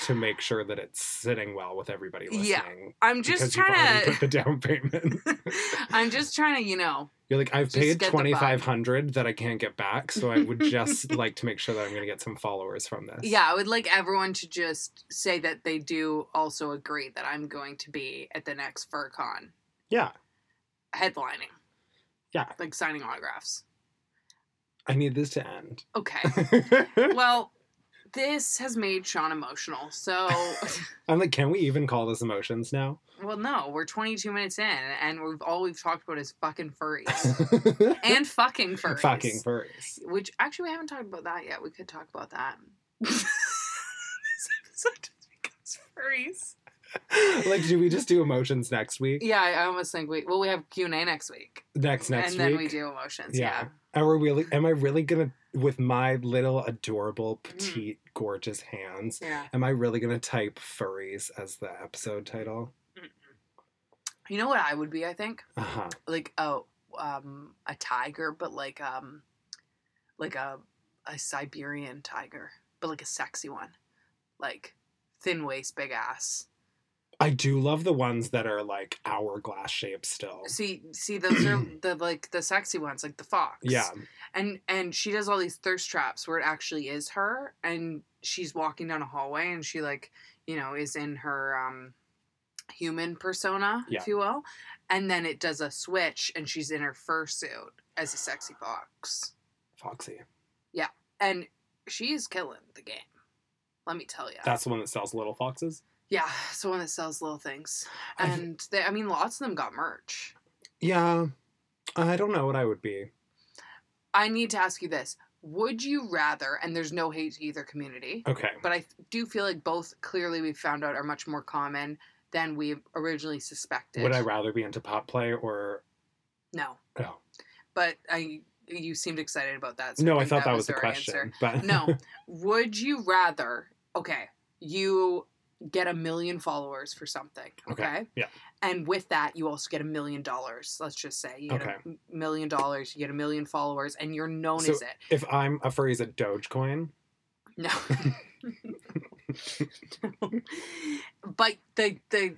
Speaker 1: to make sure that it's sitting well with everybody listening.
Speaker 2: Yeah. I'm just
Speaker 1: because you've already
Speaker 2: trying
Speaker 1: put the down
Speaker 2: (laughs)
Speaker 1: payment. (laughs)
Speaker 2: to. I'm just trying to, you know.
Speaker 1: You're like, I've
Speaker 2: Just
Speaker 1: paid
Speaker 2: get the
Speaker 1: twenty
Speaker 2: bug.
Speaker 1: five hundred that I can't get back, so I would
Speaker 2: (laughs)
Speaker 1: just like to make sure that I'm gonna get some followers from this.
Speaker 2: Yeah, I would like everyone to just say that they do also agree that I'm going to be at the next FurCon
Speaker 1: Yeah.
Speaker 2: headlining.
Speaker 1: Yeah.
Speaker 2: Like signing autographs.
Speaker 1: I need this to
Speaker 2: (laughs)
Speaker 1: end.
Speaker 2: Okay. well, this has made Sean
Speaker 1: (laughs)
Speaker 2: emotional. So,
Speaker 1: I'm like, can we even call this emotions now?
Speaker 2: well, no, we're 22 minutes in, and we've all we've talked about is fucking furries
Speaker 1: (laughs)
Speaker 2: and fucking furries.
Speaker 1: Fucking furries.
Speaker 2: Which actually, we haven't talked about that yet. We could talk about
Speaker 1: (laughs)
Speaker 2: that. (laughs) this episode just becomes furries.
Speaker 1: (laughs) Like, do we just do emotions next week?
Speaker 2: Yeah, I I almost think we. Well, we have Q and A next week,
Speaker 1: Next next
Speaker 2: and then
Speaker 1: week.
Speaker 2: we do emotions.
Speaker 1: Yeah.
Speaker 2: Yeah.
Speaker 1: Are we really? Am I really gonna, with my little adorable
Speaker 2: Mm-hmm.
Speaker 1: petite gorgeous hands,
Speaker 2: yeah,
Speaker 1: am I really gonna type furries as the episode title?
Speaker 2: You know what I would be? I think
Speaker 1: Uh huh.
Speaker 2: like a um a tiger, but like um like a a Siberian tiger, but like a sexy one, like thin waist, big ass.
Speaker 1: I do love the ones that are like hourglass shaped still.
Speaker 2: See, see,
Speaker 1: (clears throat)
Speaker 2: those are the like the sexy ones, like the fox.
Speaker 1: Yeah.
Speaker 2: and and she does all these thirst traps where it actually is her, and she's walking down a hallway, and she like you know is in her um human persona,
Speaker 1: Yeah.
Speaker 2: if you will, and then it does a switch, and she's in her fursuit as a sexy fox.
Speaker 1: Foxy.
Speaker 2: uh, and she's killing the game. Let me tell you.
Speaker 1: That's the one that sells little foxes.
Speaker 2: yeah, it's the one that sells little things,
Speaker 1: I-
Speaker 2: and they, I mean, lots of them got merch.
Speaker 1: Yeah. I don't know what I would be.
Speaker 2: I need to ask you this: Would you rather? And there's no hate to either community,
Speaker 1: Okay.
Speaker 2: but I do feel like both clearly we found out are much more common than we originally suspected.
Speaker 1: Would I rather be into pop play or
Speaker 2: no,
Speaker 1: oh
Speaker 2: but I you seemed excited about that.
Speaker 1: no? I thought that, was the
Speaker 2: our
Speaker 1: question,
Speaker 2: answer.
Speaker 1: but
Speaker 2: No. Would you rather? Okay, you get a million followers for something. Okay.
Speaker 1: Okay, yeah.
Speaker 2: And with that, you also get a million dollars. Let's just say you
Speaker 1: Okay.
Speaker 2: get a m- million dollars. You get a million followers, and you're known
Speaker 1: So-
Speaker 2: as it.
Speaker 1: (laughs) if I'm a furry's a Dogecoin, (laughs)
Speaker 2: No. but the the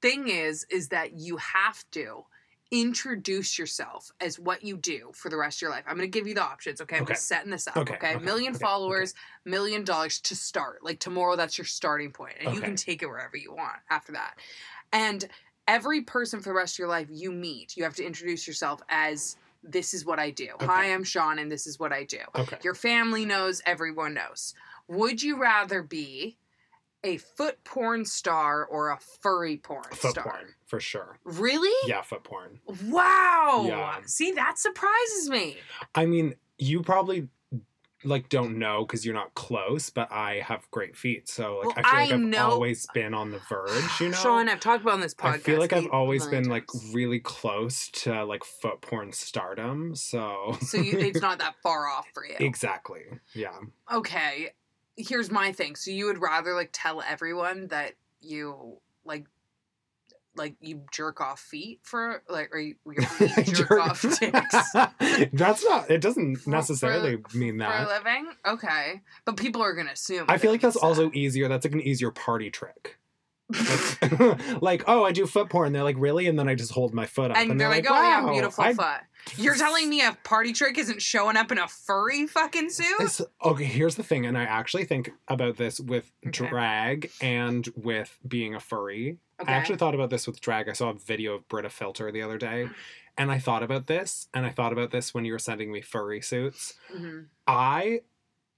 Speaker 2: thing is, is that you have to introduce yourself as what you do for the rest of your life. I'm going to give you the options. Okay, I'm
Speaker 1: Okay.
Speaker 2: just setting this up. Okay,
Speaker 1: Okay, okay,
Speaker 2: million
Speaker 1: okay, okay.
Speaker 2: followers, million dollars to start. Like tomorrow, that's your starting point, and you
Speaker 1: Okay.
Speaker 2: can take it wherever you want after that. And every person for the rest of your life you meet, you have to introduce yourself as this is what I do.
Speaker 1: Okay.
Speaker 2: Hi, I'm Sean, and this is what I do.
Speaker 1: Okay.
Speaker 2: Your family knows, everyone knows. Would you rather be a foot porn star or a furry porn
Speaker 1: Foot
Speaker 2: star?
Speaker 1: porn, for sure.
Speaker 2: Really?
Speaker 1: Yeah, foot porn.
Speaker 2: Wow.
Speaker 1: Yeah.
Speaker 2: See, that surprises me.
Speaker 1: I mean, you probably like don't know because you're not close, but I have great feet, so like
Speaker 2: Well,
Speaker 1: I feel like
Speaker 2: I
Speaker 1: I've
Speaker 2: know-
Speaker 1: always been on the verge.
Speaker 2: (sighs)
Speaker 1: You know,
Speaker 2: Sean, I've talked about on this podcast.
Speaker 1: I feel like I've
Speaker 2: eight
Speaker 1: always
Speaker 2: million
Speaker 1: been like
Speaker 2: times.
Speaker 1: really close to like foot porn stardom. So
Speaker 2: so you, it's not that far off for you.
Speaker 1: exactly, yeah.
Speaker 2: okay, here's my thing. So you would rather like tell everyone that you like like you jerk off feet for like or (laughs) you,
Speaker 1: (laughs)
Speaker 2: your feet jerk, off dicks
Speaker 1: That's not. It doesn't
Speaker 2: For-
Speaker 1: necessarily mean
Speaker 2: for a
Speaker 1: that.
Speaker 2: living? Okay. But people are gonna assume.
Speaker 1: I feel like that's
Speaker 2: it's uh,
Speaker 1: also
Speaker 2: (laughs) that.
Speaker 1: easier. That's like an easier party trick. Like, (laughs) like, oh, I do foot porn. They're like, really? And then I just hold my foot up,
Speaker 2: and, they're like, oh
Speaker 1: wow,
Speaker 2: yeah, beautiful
Speaker 1: I-
Speaker 2: foot. You're telling me a party trick isn't showing up in a furry fucking
Speaker 1: (laughs)
Speaker 2: suit?
Speaker 1: It's- okay, here's the thing, and I actually think about this with
Speaker 2: Okay.
Speaker 1: drag and with being a furry.
Speaker 2: Okay. Mm.
Speaker 1: I actually thought about this with drag. I saw a video of Britta Filter the other day, and I thought about this, and I thought about this when you were sending me furry suits.
Speaker 2: Mhm.
Speaker 1: I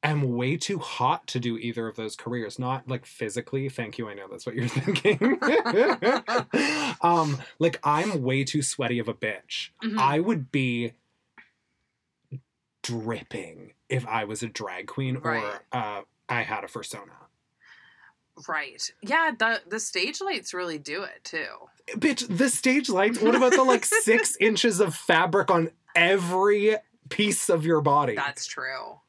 Speaker 1: am way too hot to do either of those careers. Not like physically. Thank you. I know that's what you're (laughs) thinking. um, like I'm way too sweaty of a bitch.
Speaker 2: Mhm.
Speaker 1: I would be dripping if I was a drag queen
Speaker 2: Right.
Speaker 1: or uh, I had a persona.
Speaker 2: right. Yeah, the the stage lights really do it too.
Speaker 1: Bitch, the stage lights. What about the like six inches of fabric on every piece of your body?
Speaker 2: That's true.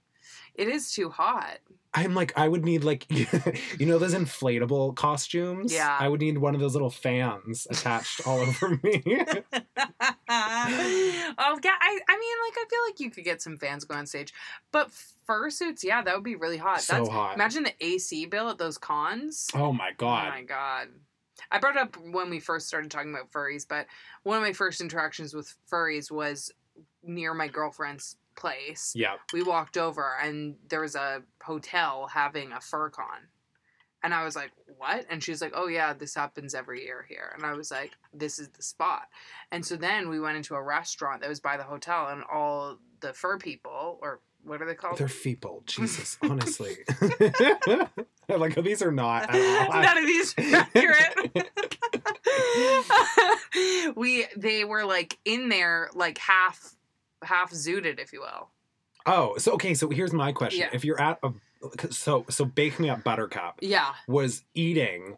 Speaker 2: It is
Speaker 1: (laughs)
Speaker 2: too hot. (laughs)
Speaker 1: I'm like, I would need like, (laughs) you know, those inflatable costumes.
Speaker 2: Yeah.
Speaker 1: I would need one of those little fans attached
Speaker 2: (laughs)
Speaker 1: all over me. (laughs)
Speaker 2: oh yeah, I, I mean, like I feel like you could get some fans going on stage, but fursuits, yeah, that would be really hot.
Speaker 1: so
Speaker 2: That's
Speaker 1: hot.
Speaker 2: imagine the AC bill at those cons.
Speaker 1: oh my
Speaker 2: Oh
Speaker 1: god.
Speaker 2: my god. I brought up when we first started talking about furries, but one of my first interactions with furries was near my girlfriend's place.
Speaker 1: yeah.
Speaker 2: We walked over and there was a hotel having a fur con. And I was like, what? And she's like, oh, yeah, this happens every year here. And I was like, this is the spot. And so then we went into a restaurant that was by the hotel, and all the fur people, or what are they called?
Speaker 1: They're
Speaker 2: (laughs)
Speaker 1: feeble. Jesus, honestly. (laughs) I'm like, these are not at all.
Speaker 2: (laughs) None of these are
Speaker 1: (laughs)
Speaker 2: accurate. (laughs) we they were like in there like half half zooted, if you will.
Speaker 1: Oh, so okay. So here's my question:
Speaker 2: Yeah.
Speaker 1: If you're at a so so bake me up, Buttercup
Speaker 2: Yeah.
Speaker 1: was eating,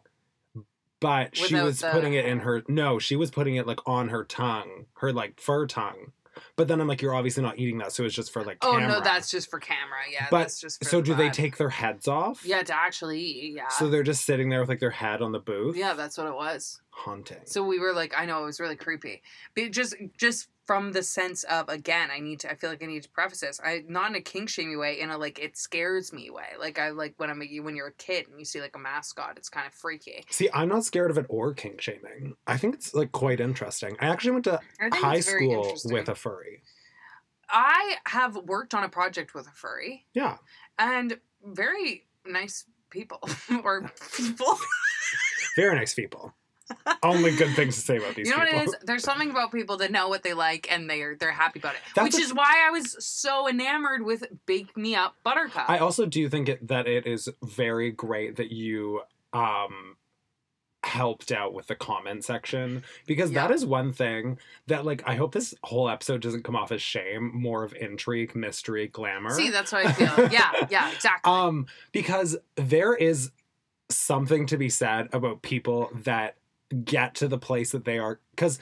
Speaker 1: but she
Speaker 2: Without
Speaker 1: was
Speaker 2: the-
Speaker 1: putting it in her no, she was putting it like on her tongue, her like fur tongue. But then I'm like, you're obviously not eating that, so it's just for like.
Speaker 2: Oh no,
Speaker 1: camera.
Speaker 2: that's just for camera. Yeah,
Speaker 1: But-
Speaker 2: that's just. For
Speaker 1: so.
Speaker 2: the
Speaker 1: Do they
Speaker 2: vibe.
Speaker 1: take their heads off?
Speaker 2: Yeah, to actually eat. Yeah.
Speaker 1: So they're just sitting there with like their head on the booth.
Speaker 2: yeah, that's what it was.
Speaker 1: Haunting.
Speaker 2: So we were like, I know it was really creepy, but just just from the sense of again, I need to. I feel like I need to preface this. I not in a kink shamey way, in a like it scares me way. Like I like when I'm a, when you're a kid and you see like a mascot, it's kind of freaky.
Speaker 1: See, I'm not scared of it or kink shaming. I think it's like quite interesting. I actually went to
Speaker 2: I think
Speaker 1: high
Speaker 2: it's very
Speaker 1: school
Speaker 2: interesting.
Speaker 1: with a furry.
Speaker 2: I have worked on a project with a furry
Speaker 1: Yeah.
Speaker 2: and very nice people (laughs)
Speaker 1: (laughs)
Speaker 2: or people. (laughs)
Speaker 1: Very nice people. Only good things to say about these
Speaker 2: you know
Speaker 1: people.
Speaker 2: what it is? There's something about people that know what they like and they're they're happy about it.
Speaker 1: That's
Speaker 2: which
Speaker 1: a-
Speaker 2: is why I was so enamored with Bake Me Up Buttercup.
Speaker 1: I also do think it, that it is very great that you um helped out with the comment section because that
Speaker 2: Yeah.
Speaker 1: is one thing that like I hope this whole episode doesn't come off as shame, more of intrigue, mystery, glamour.
Speaker 2: See, that's how I feel. yeah, yeah,
Speaker 1: (laughs)
Speaker 2: exactly.
Speaker 1: um because there is something to be said about people that get to the place that they are because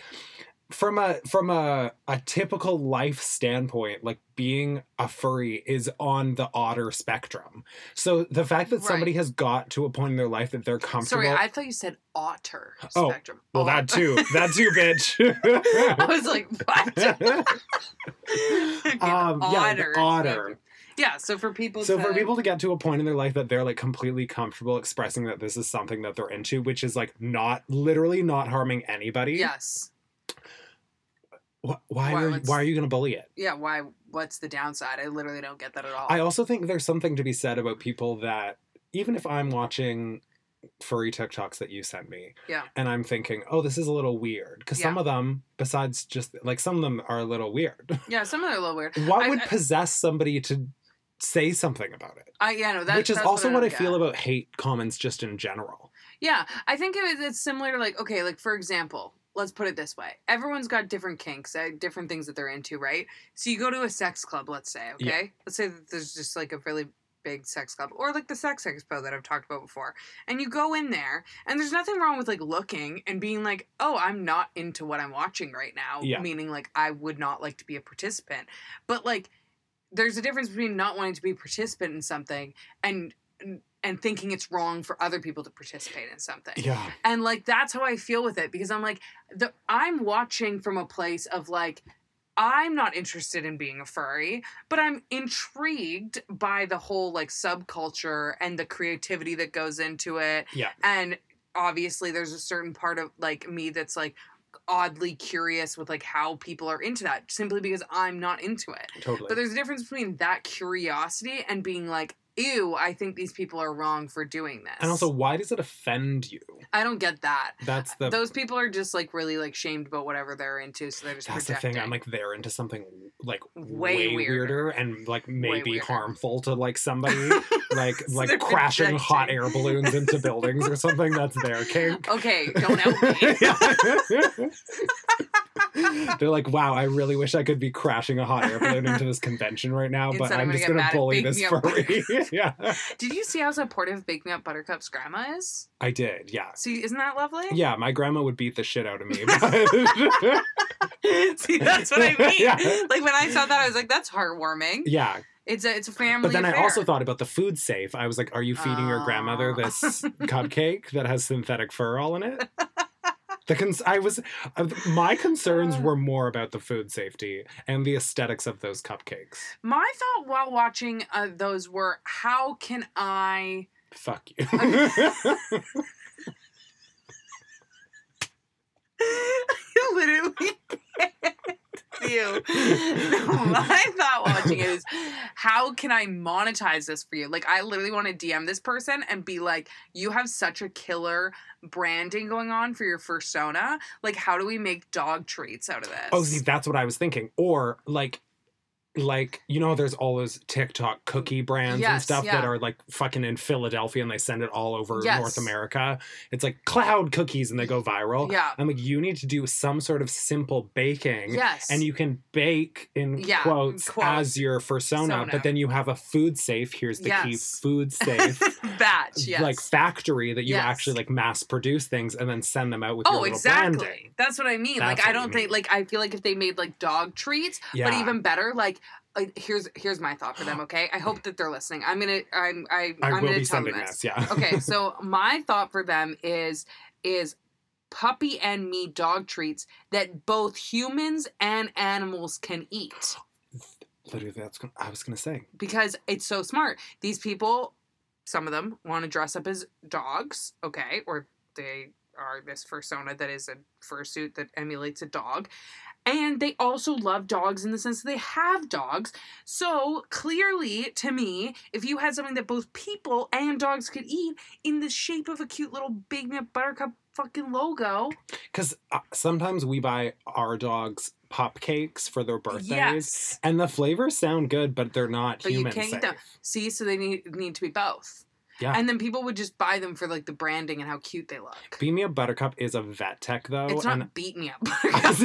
Speaker 1: from a from a, a typical life standpoint like being a furry is on the otter spectrum so the fact that somebody
Speaker 2: Right.
Speaker 1: has got to a point in their life that they're comfortable
Speaker 2: Sorry, I thought you said otter
Speaker 1: Oh,
Speaker 2: spectrum.
Speaker 1: well
Speaker 2: (laughs)
Speaker 1: that too that too
Speaker 2: I
Speaker 1: bitch
Speaker 2: was like,
Speaker 1: (laughs)
Speaker 2: what? (laughs)
Speaker 1: Um, yeah, the otter.
Speaker 2: spectrum. Yeah, so for people
Speaker 1: So
Speaker 2: to,
Speaker 1: for people to get to a point in their life that they're like completely comfortable expressing that this is something that they're into, which is like not literally not harming anybody.
Speaker 2: Yes.
Speaker 1: Wh- why
Speaker 2: Why
Speaker 1: are
Speaker 2: let's-
Speaker 1: why are you going to bully it?
Speaker 2: yeah, why? What's the downside? I literally don't get that at all.
Speaker 1: I also think there's something to be said about people that even if I'm watching furry TikToks that you sent me.
Speaker 2: Yeah.
Speaker 1: And I'm thinking, oh, this is a little weird. Because some
Speaker 2: Yeah.
Speaker 1: of them, besides just like some of them are a little weird. (laughs)
Speaker 2: Yeah, some of them are a little weird.
Speaker 1: What
Speaker 2: I-
Speaker 1: would
Speaker 2: I-
Speaker 1: possess somebody to say something about it?
Speaker 2: I yeah, no, that's
Speaker 1: Which is
Speaker 2: that's
Speaker 1: also what I
Speaker 2: yeah.
Speaker 1: feel about hate comments just in general.
Speaker 2: Yeah, I think it, was- it's similar to like okay, like for example, let's put it this way: everyone's got different kinks, uh, different things that they're into, right? So you go to a sex club, let's say, okay,
Speaker 1: Yeah.
Speaker 2: let's say that there's just like a really big sex club or like the sex expo that I've talked about before, and you go in there, and there's nothing wrong with like looking and being like, oh, I'm not into what I'm watching right now,
Speaker 1: Yeah.
Speaker 2: meaning like I would not like to be a participant, but like there's a difference between not wanting to be a participant in something and and thinking it's wrong for other people to participate in something.
Speaker 1: Yeah.
Speaker 2: And like that's how I feel with it because I'm like the I'm watching from a place of like I'm not interested in being a furry, but I'm intrigued by the whole like subculture and the creativity that goes into it.
Speaker 1: Yeah.
Speaker 2: And obviously there's a certain part of like me that's like oddly curious with like how people are into that simply because I'm not into it.
Speaker 1: Totally.
Speaker 2: But there's a difference between that curiosity and being like, ew, I think these people are wrong for doing this.
Speaker 1: and also, why does it offend you?
Speaker 2: I don't get that.
Speaker 1: That's the
Speaker 2: Those people are just like really like shamed about whatever they're into, so they're just
Speaker 1: that's the
Speaker 2: projecting.
Speaker 1: thing. I'm like they're into something like way,
Speaker 2: Way
Speaker 1: weirder.
Speaker 2: weirder.
Speaker 1: and like maybe
Speaker 2: weirder.
Speaker 1: harmful to like
Speaker 2: (laughs)
Speaker 1: somebody like
Speaker 2: So
Speaker 1: like
Speaker 2: they're
Speaker 1: crashing hot
Speaker 2: projecting.
Speaker 1: air balloons into buildings or something. That's
Speaker 2: (laughs)
Speaker 1: their kink.
Speaker 2: okay, don't
Speaker 1: (laughs)
Speaker 2: help me.
Speaker 1: They're like, wow, I really wish I could be crashing a hot air balloon into this convention right now, but
Speaker 2: Instead, I'm
Speaker 1: I'm
Speaker 2: gonna
Speaker 1: just
Speaker 2: get
Speaker 1: going to
Speaker 2: mad at
Speaker 1: bully
Speaker 2: Big
Speaker 1: this
Speaker 2: Me (laughs) Up
Speaker 1: furry. (laughs) yeah.
Speaker 2: Did you see how supportive Big Me Up Buttercup's grandma is?
Speaker 1: I did, yeah.
Speaker 2: (laughs) See, isn't that lovely?
Speaker 1: Yeah, my grandma would beat the shit out of me. but-
Speaker 2: (laughs) see, that's what I
Speaker 1: (laughs)
Speaker 2: mean.
Speaker 1: Yeah.
Speaker 2: Like when I saw that, I was like, that's heartwarming.
Speaker 1: (laughs) yeah,
Speaker 2: It's a it's a family.
Speaker 1: but then I
Speaker 2: affair. Oh.
Speaker 1: also thought about the food safe. I was like, are you feeding your grandmother
Speaker 2: Aw.
Speaker 1: this
Speaker 2: (laughs)
Speaker 1: cupcake that has synthetic fur all in it? The cons- I was, uh, my
Speaker 2: Uh.
Speaker 1: concerns were more about the food safety and the aesthetics of those cupcakes.
Speaker 2: my thought while watching uh, those were, how can I
Speaker 1: Fuck
Speaker 2: (laughs)
Speaker 1: you. (laughs)
Speaker 2: (laughs) I literally can't you. No, (laughs) my thought watching it is how can I monetize this for you? Like I literally want to DM this person and be like, you have such a killer branding going on for your persona. Like, how do we make dog treats out of this?
Speaker 1: oh, see, that's what I was thinking. Or like, like you know, there's all those TikTok cookie brands and
Speaker 2: Yes,
Speaker 1: stuff that
Speaker 2: yeah.
Speaker 1: are like fucking in Philadelphia and they send it all over
Speaker 2: Yes.
Speaker 1: North America. It's like cloud cookies and they go viral.
Speaker 2: yeah.
Speaker 1: I'm like, you need to do some sort of simple baking.
Speaker 2: Yes. (laughs)
Speaker 1: And you can bake in
Speaker 2: Yeah,
Speaker 1: quotes
Speaker 2: quote.
Speaker 1: as your persona,
Speaker 2: Persona.
Speaker 1: but then you have a food safe. Here's the key
Speaker 2: Yes. (laughs)
Speaker 1: food safe.
Speaker 2: batch, yes.
Speaker 1: Like factory that you
Speaker 2: Yes.
Speaker 1: actually like mass produce things and then send them out with your
Speaker 2: Oh,
Speaker 1: little
Speaker 2: exactly.
Speaker 1: branding.
Speaker 2: That's what I mean.
Speaker 1: That's
Speaker 2: like
Speaker 1: what
Speaker 2: I
Speaker 1: you
Speaker 2: don't think
Speaker 1: mean.
Speaker 2: like I feel like if they made like dog treats,
Speaker 1: Yeah.
Speaker 2: But even better, like uh, here's here's my
Speaker 1: (gasps)
Speaker 2: thought for them. Okay, I hope that they're listening. I'm gonna I'm I,
Speaker 1: I
Speaker 2: I'm
Speaker 1: will
Speaker 2: gonna
Speaker 1: be
Speaker 2: tell them
Speaker 1: sending
Speaker 2: this.
Speaker 1: this. Yeah. (laughs)
Speaker 2: okay, so my thought for them is is puppy and me dog treats that both humans and animals can eat
Speaker 1: Literally, that's what I was gonna say.
Speaker 2: because it's so smart. These people, some of them want to dress up as dogs, okay, or they are this fursona that is a fursuit that emulates a dog. And they also love dogs in the sense that they have dogs. So clearly, to me, if you had something that both people and dogs could eat in the shape of a cute little Big Nip Buttercup fucking logo,
Speaker 1: Because uh, sometimes we buy our dogs pop cakes for their birthdays,
Speaker 2: yes.
Speaker 1: and the flavors sound good, but they're not
Speaker 2: But you
Speaker 1: human
Speaker 2: can't
Speaker 1: safe.
Speaker 2: eat them. See, so they need need to be both.
Speaker 1: Yeah.
Speaker 2: And then people would just buy them for like the branding and how cute they look.
Speaker 1: Beam Me Up Buttercup is a vet tech though,
Speaker 2: it's
Speaker 1: and
Speaker 2: not beat
Speaker 1: (laughs)
Speaker 2: me up. (laughs)
Speaker 1: oh,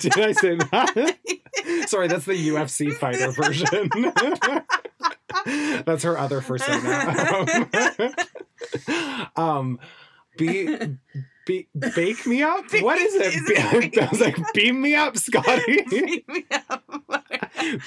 Speaker 1: did, I say that? (laughs) Sorry, that's the UFC fighter version. (laughs) that's her other persona. um, (laughs) be, be, bake me up. What is it?
Speaker 2: Is
Speaker 1: (laughs)
Speaker 2: it
Speaker 1: I was like, beam me up,
Speaker 2: (laughs)
Speaker 1: Scotty.
Speaker 2: beat me up.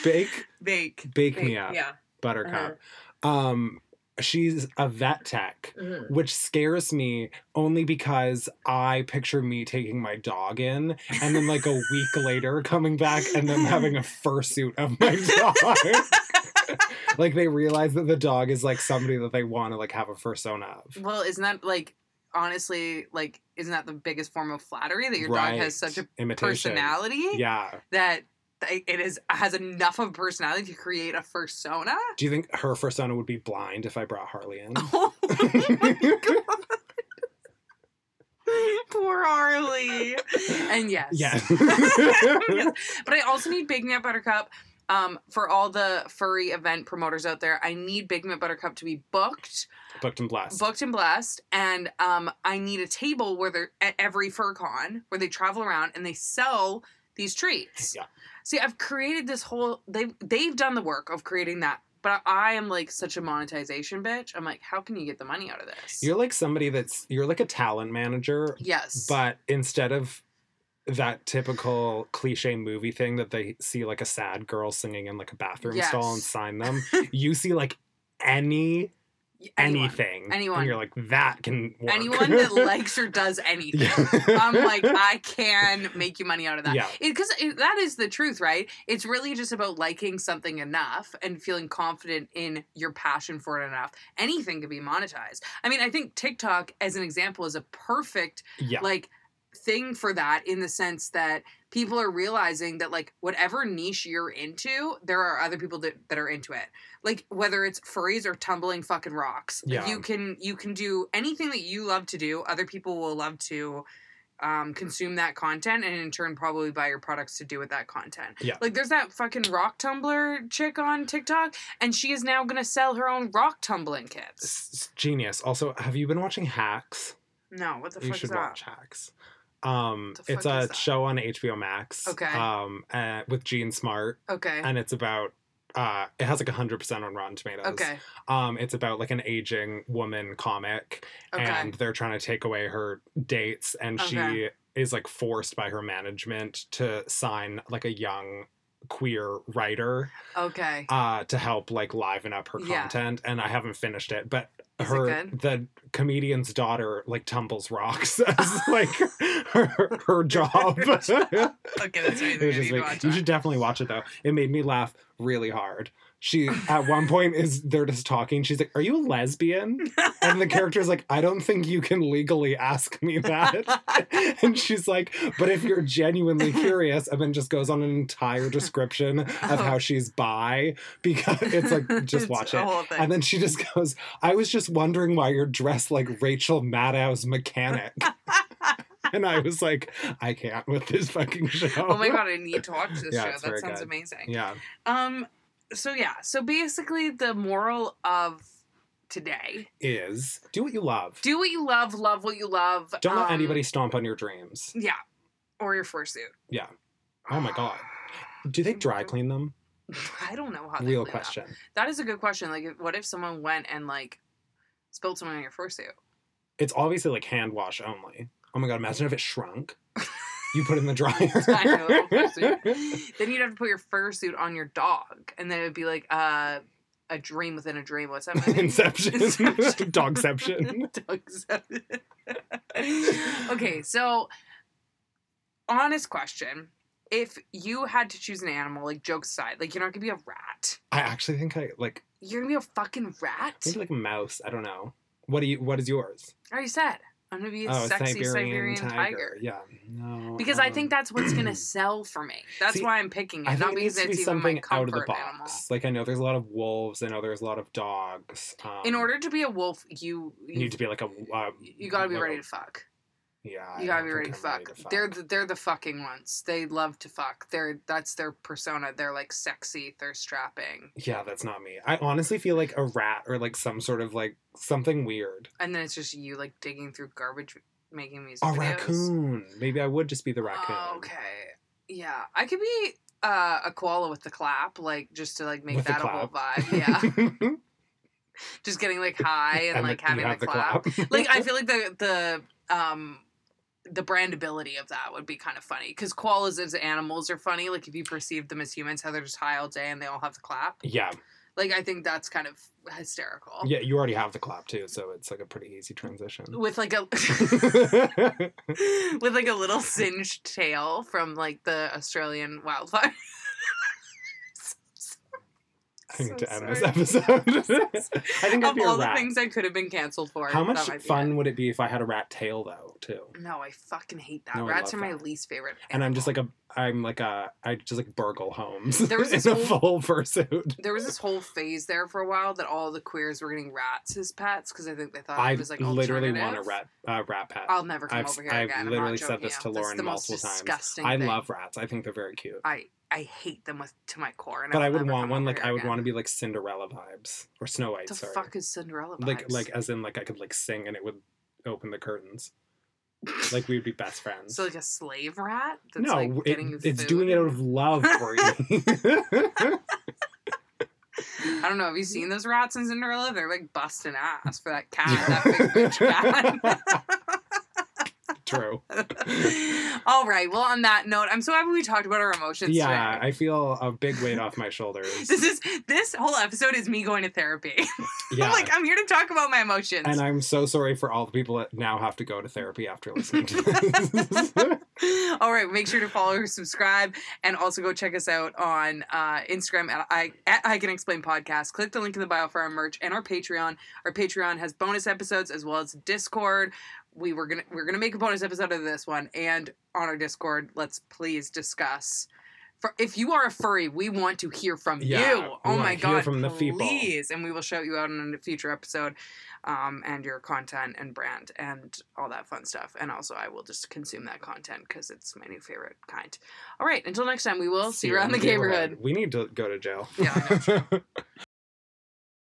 Speaker 1: bake,
Speaker 2: Bake.
Speaker 1: bake me up,
Speaker 2: Yeah.
Speaker 1: Buttercup. Um, she's a vet tech. Which scares me only because I picture me taking my dog in and then, like, a
Speaker 2: (laughs)
Speaker 1: week later coming back and them having a fursuit of my dog. (laughs) like, they realize that the dog is, like, somebody that they want to, like, have a fursona of.
Speaker 2: Well, isn't that like honestly like isn't that the biggest form of flattery that your dog
Speaker 1: Right.
Speaker 2: has such a
Speaker 1: Imitation.
Speaker 2: personality
Speaker 1: Yeah.
Speaker 2: that th- it is has enough of personality to create a persona?
Speaker 1: (laughs)
Speaker 2: (laughs)
Speaker 1: Do you think her fursona would be blind if I brought Harley in?
Speaker 2: Oh my God. Yay. And yes.
Speaker 1: Yeah.
Speaker 2: (laughs) Yes. But I also need Big Nut Buttercup. Um, for all the furry event promoters out there, I need Big Nut Buttercup to be booked,
Speaker 1: (laughs) Booked and blessed.
Speaker 2: booked and blessed, and um, I need a table where they're at every fur con where they travel around and they sell these treats.
Speaker 1: Yeah.
Speaker 2: See, I've created this whole they they've done the work of creating that, but I am like such a monetization bitch. I'm like, how can you get the money out of this?
Speaker 1: You're like somebody that's you're like a talent manager,
Speaker 2: yes,
Speaker 1: but instead of that typical cliche movie thing that they see like a sad girl singing in like a bathroom
Speaker 2: Yes.
Speaker 1: stall and sign them,
Speaker 2: (laughs)
Speaker 1: you see like any
Speaker 2: Anyone.
Speaker 1: anything.
Speaker 2: Anyone.
Speaker 1: And you're like, that can work.
Speaker 2: anyone
Speaker 1: (laughs)
Speaker 2: that likes or does anything.
Speaker 1: Yeah.
Speaker 2: I'm like, I can make you money out of
Speaker 1: (laughs)
Speaker 2: that.
Speaker 1: Yeah.
Speaker 2: Because that is the truth, right? It's really just about liking something enough and feeling confident in your passion for it enough. Anything can be monetized. I mean, I think TikTok, as an example, is a perfect
Speaker 1: Yeah.
Speaker 2: like thing for that in the sense that people are realizing that like whatever niche you're into there are other people that, that are into it like whether it's furries or tumbling fucking rocks like,
Speaker 1: Yeah.
Speaker 2: you can you can do anything that you love to do other people will love to um, consume that content and in turn probably buy your products to do with that content
Speaker 1: Yeah.
Speaker 2: like there's that fucking rock tumbler chick on tiktok and she is now gonna sell her own rock tumbling kits
Speaker 1: S- s- genius. Also, have you been watching Hacks?
Speaker 2: no what the
Speaker 1: you
Speaker 2: fuck is
Speaker 1: should
Speaker 2: that
Speaker 1: watch Hacks. Um,
Speaker 2: The
Speaker 1: it's
Speaker 2: fuck
Speaker 1: a
Speaker 2: is that?
Speaker 1: show on HBO Max.
Speaker 2: Okay.
Speaker 1: Um, uh, with Gene Smart,
Speaker 2: okay
Speaker 1: and it's about. Uh, it has like hundred percent on Rotten Tomatoes.
Speaker 2: okay
Speaker 1: Um, it's about like an aging woman comic,
Speaker 2: okay
Speaker 1: and they're trying to take away her dates, and she
Speaker 2: Okay.
Speaker 1: is like forced by her management to sign like a young queer writer
Speaker 2: okay
Speaker 1: uh to help like liven up her
Speaker 2: Yeah.
Speaker 1: content and i haven't finished it but
Speaker 2: Is it
Speaker 1: her
Speaker 2: good?
Speaker 1: the comedian's daughter like tumbles rocks (laughs)
Speaker 2: (laughs)
Speaker 1: as like her, her job
Speaker 2: Her job. Okay,
Speaker 1: (laughs)
Speaker 2: that's
Speaker 1: It
Speaker 2: amazing.
Speaker 1: was
Speaker 2: I need
Speaker 1: just
Speaker 2: to
Speaker 1: like,
Speaker 2: watch
Speaker 1: you
Speaker 2: that.
Speaker 1: should definitely watch it though it made me laugh really hard she at one point is they're just talking she's like are you a lesbian and the character is like i don't think you can legally ask me that
Speaker 2: (laughs)
Speaker 1: and she's like but if you're genuinely curious and then just goes on an entire description of how she's bi because it's like
Speaker 2: (laughs)
Speaker 1: just
Speaker 2: Oh. It's
Speaker 1: watch
Speaker 2: a
Speaker 1: it
Speaker 2: whole thing.
Speaker 1: and then she just (laughs) goes i was just wondering why you're dressed like rachel maddow's
Speaker 2: (laughs)
Speaker 1: mechanic and i was like i can't with this fucking show
Speaker 2: oh my god, I need to watch this
Speaker 1: (laughs) Yeah,
Speaker 2: show.
Speaker 1: it's
Speaker 2: That
Speaker 1: very
Speaker 2: sounds
Speaker 1: good.
Speaker 2: amazing.
Speaker 1: yeah
Speaker 2: Um, so yeah, so basically, the moral of today:
Speaker 1: is do what you love
Speaker 2: do what you love, love what you love.
Speaker 1: don't let
Speaker 2: um,
Speaker 1: anybody stomp on your dreams
Speaker 2: Yeah, or your fursuit.
Speaker 1: oh my god do they dry clean them
Speaker 2: (sighs) I don't know how. They
Speaker 1: real
Speaker 2: clean up.
Speaker 1: question
Speaker 2: That is a good question. Like, if- what if someone went and like spilled something on
Speaker 1: (laughs)
Speaker 2: your fursuit?
Speaker 1: it's obviously like hand wash only. Oh my god, imagine if it shrunk. You put it in the dryer.
Speaker 2: (laughs) I know, little fursuit. then you'd have to put your fursuit on your dog, and then it would be like uh, a dream within a dream. What's that?
Speaker 1: (laughs) (laughs)
Speaker 2: movie?
Speaker 1: Inception.
Speaker 2: Inception.
Speaker 1: (laughs)
Speaker 2: (laughs)
Speaker 1: Dogception.
Speaker 2: Dogs. okay, so honest question. If you had to choose an animal, like jokes aside, like you're not gonna be a rat.
Speaker 1: I actually think I like
Speaker 2: You're gonna be a fucking rat.
Speaker 1: maybe like a mouse. I don't know. What do you what is yours? Oh,
Speaker 2: I already said. I'm gonna be a sexy Siberian, tiger.
Speaker 1: Yeah. No.
Speaker 2: Because I think
Speaker 1: um,
Speaker 2: that's
Speaker 1: (clears throat)
Speaker 2: what's gonna sell for me. That's
Speaker 1: See,
Speaker 2: why I'm picking it.
Speaker 1: I think
Speaker 2: not
Speaker 1: it
Speaker 2: because
Speaker 1: needs to be
Speaker 2: it's even my
Speaker 1: something
Speaker 2: comfort
Speaker 1: out of the box.
Speaker 2: animal.
Speaker 1: Like I know there's a lot of wolves, I know there's a lot of dogs. Um,
Speaker 2: In order to be a wolf, you
Speaker 1: you need to be like a uh,
Speaker 2: you gotta be
Speaker 1: like a-
Speaker 2: ready to fuck.
Speaker 1: Yeah.
Speaker 2: You
Speaker 1: I
Speaker 2: gotta
Speaker 1: don't
Speaker 2: be
Speaker 1: think
Speaker 2: ready to,
Speaker 1: I'm
Speaker 2: fuck. They're the, they're the fucking ones. They love to fuck. They're that's their persona. They're like sexy. They're strapping,
Speaker 1: Yeah, that's not me. I honestly feel like a rat or like some sort of like something weird.
Speaker 2: and then it's just you like digging through garbage, making music.
Speaker 1: A
Speaker 2: videos.
Speaker 1: raccoon. Maybe I would just be the raccoon.
Speaker 2: Oh, okay. Yeah, I could be uh, a koala with the clap, like just to like make
Speaker 1: With the
Speaker 2: that a whole
Speaker 1: (laughs)
Speaker 2: vibe. Yeah, just getting like high and, like
Speaker 1: you
Speaker 2: having the,
Speaker 1: have
Speaker 2: clap. like
Speaker 1: (laughs)
Speaker 2: I feel like the the um the brandability of that would be kind of funny because koalas as animals are funny. Like if you perceive them as humans, how they're just high all day and they all have the clap.
Speaker 1: yeah,
Speaker 2: Like I think that's kind of hysterical.
Speaker 1: yeah. You already have the clap too, so it's like a pretty easy transition. (laughs)
Speaker 2: With like a (laughs) with like a little singed tail from like the Australian wildfire.
Speaker 1: I need
Speaker 2: So
Speaker 1: to end this
Speaker 2: sorry. (laughs)
Speaker 1: episode. (laughs)
Speaker 2: So
Speaker 1: I think I'd
Speaker 2: of
Speaker 1: be
Speaker 2: all
Speaker 1: a
Speaker 2: the
Speaker 1: rat.
Speaker 2: things I could have been canceled for,
Speaker 1: How
Speaker 2: that
Speaker 1: much
Speaker 2: might be
Speaker 1: fun
Speaker 2: it.
Speaker 1: would it be if I had a rat tail though too?
Speaker 2: No, I fucking hate that.
Speaker 1: No, I
Speaker 2: Rats are
Speaker 1: love
Speaker 2: my
Speaker 1: that.
Speaker 2: least favorite.
Speaker 1: And I'm just like a I'm like a I just like burgle homes
Speaker 2: There was this
Speaker 1: (laughs) in a
Speaker 2: whole-
Speaker 1: full
Speaker 2: (laughs)
Speaker 1: fursuit.
Speaker 2: There was this whole phase there for a while that all the queers were getting rats as pets because I think they thought
Speaker 1: I
Speaker 2: Uh, it was like Oh,
Speaker 1: literally want a
Speaker 2: alternative.
Speaker 1: rat uh, rat pet.
Speaker 2: I'll never come
Speaker 1: I've-
Speaker 2: over here
Speaker 1: I've
Speaker 2: again. I'm not
Speaker 1: literally said
Speaker 2: joking
Speaker 1: this to
Speaker 2: you. That's
Speaker 1: Lauren
Speaker 2: the most
Speaker 1: multiple times.
Speaker 2: disgusting
Speaker 1: I
Speaker 2: thing.
Speaker 1: love rats. I think they're very cute.
Speaker 2: I I hate them with to my core. And
Speaker 1: but I
Speaker 2: will
Speaker 1: would
Speaker 2: never
Speaker 1: want
Speaker 2: come
Speaker 1: one
Speaker 2: over
Speaker 1: like
Speaker 2: here
Speaker 1: I would
Speaker 2: again.
Speaker 1: want to be like Cinderella vibes or Snow White.
Speaker 2: What the
Speaker 1: sorry.
Speaker 2: fuck is Cinderella?
Speaker 1: like
Speaker 2: vibes?
Speaker 1: like as in like I could like sing and it would open the curtains. like we would be best friends.
Speaker 2: so like a slave rat. That's
Speaker 1: no,
Speaker 2: like
Speaker 1: it-
Speaker 2: getting you
Speaker 1: it's
Speaker 2: food?
Speaker 1: doing it out of love
Speaker 2: (laughs)
Speaker 1: for you.
Speaker 2: I don't know. Have you seen those rats in Cinderella? They're like busting ass for that cat, that big
Speaker 1: (laughs)
Speaker 2: bitch cat. (laughs)
Speaker 1: True.
Speaker 2: All right. Well, on that note, I'm so happy we talked about our emotions
Speaker 1: yeah,
Speaker 2: today.
Speaker 1: I feel a big weight off my
Speaker 2: (laughs)
Speaker 1: shoulders.
Speaker 2: This is this whole episode is me going to therapy. (laughs)
Speaker 1: Yeah.
Speaker 2: I'm like, I'm here to talk about my emotions.
Speaker 1: and I'm so sorry for all the people that now have to go to therapy after listening to this.
Speaker 2: (laughs) All right, make sure to follow, subscribe, and also go check us out on uh, Instagram at I, at I Can Explain Podcast. Click the link in the bio for our merch and our Patreon. Our Patreon has bonus episodes as well as Discord. We were gonna we're gonna make a bonus episode of this one, and on our Discord, let's please discuss. For, if you are a furry, we want to hear from
Speaker 1: Yeah, we
Speaker 2: you. Oh
Speaker 1: wanna
Speaker 2: my
Speaker 1: hear
Speaker 2: god,
Speaker 1: from the people.
Speaker 2: please, and we will shout you out in a future episode um, and your content and brand and all that fun stuff. And also, I will just consume that content because it's my new favorite kind.
Speaker 1: (laughs)
Speaker 2: All right, until next time, we will see you around the neighborhood.
Speaker 1: We need to go to jail.
Speaker 2: Yeah, I know.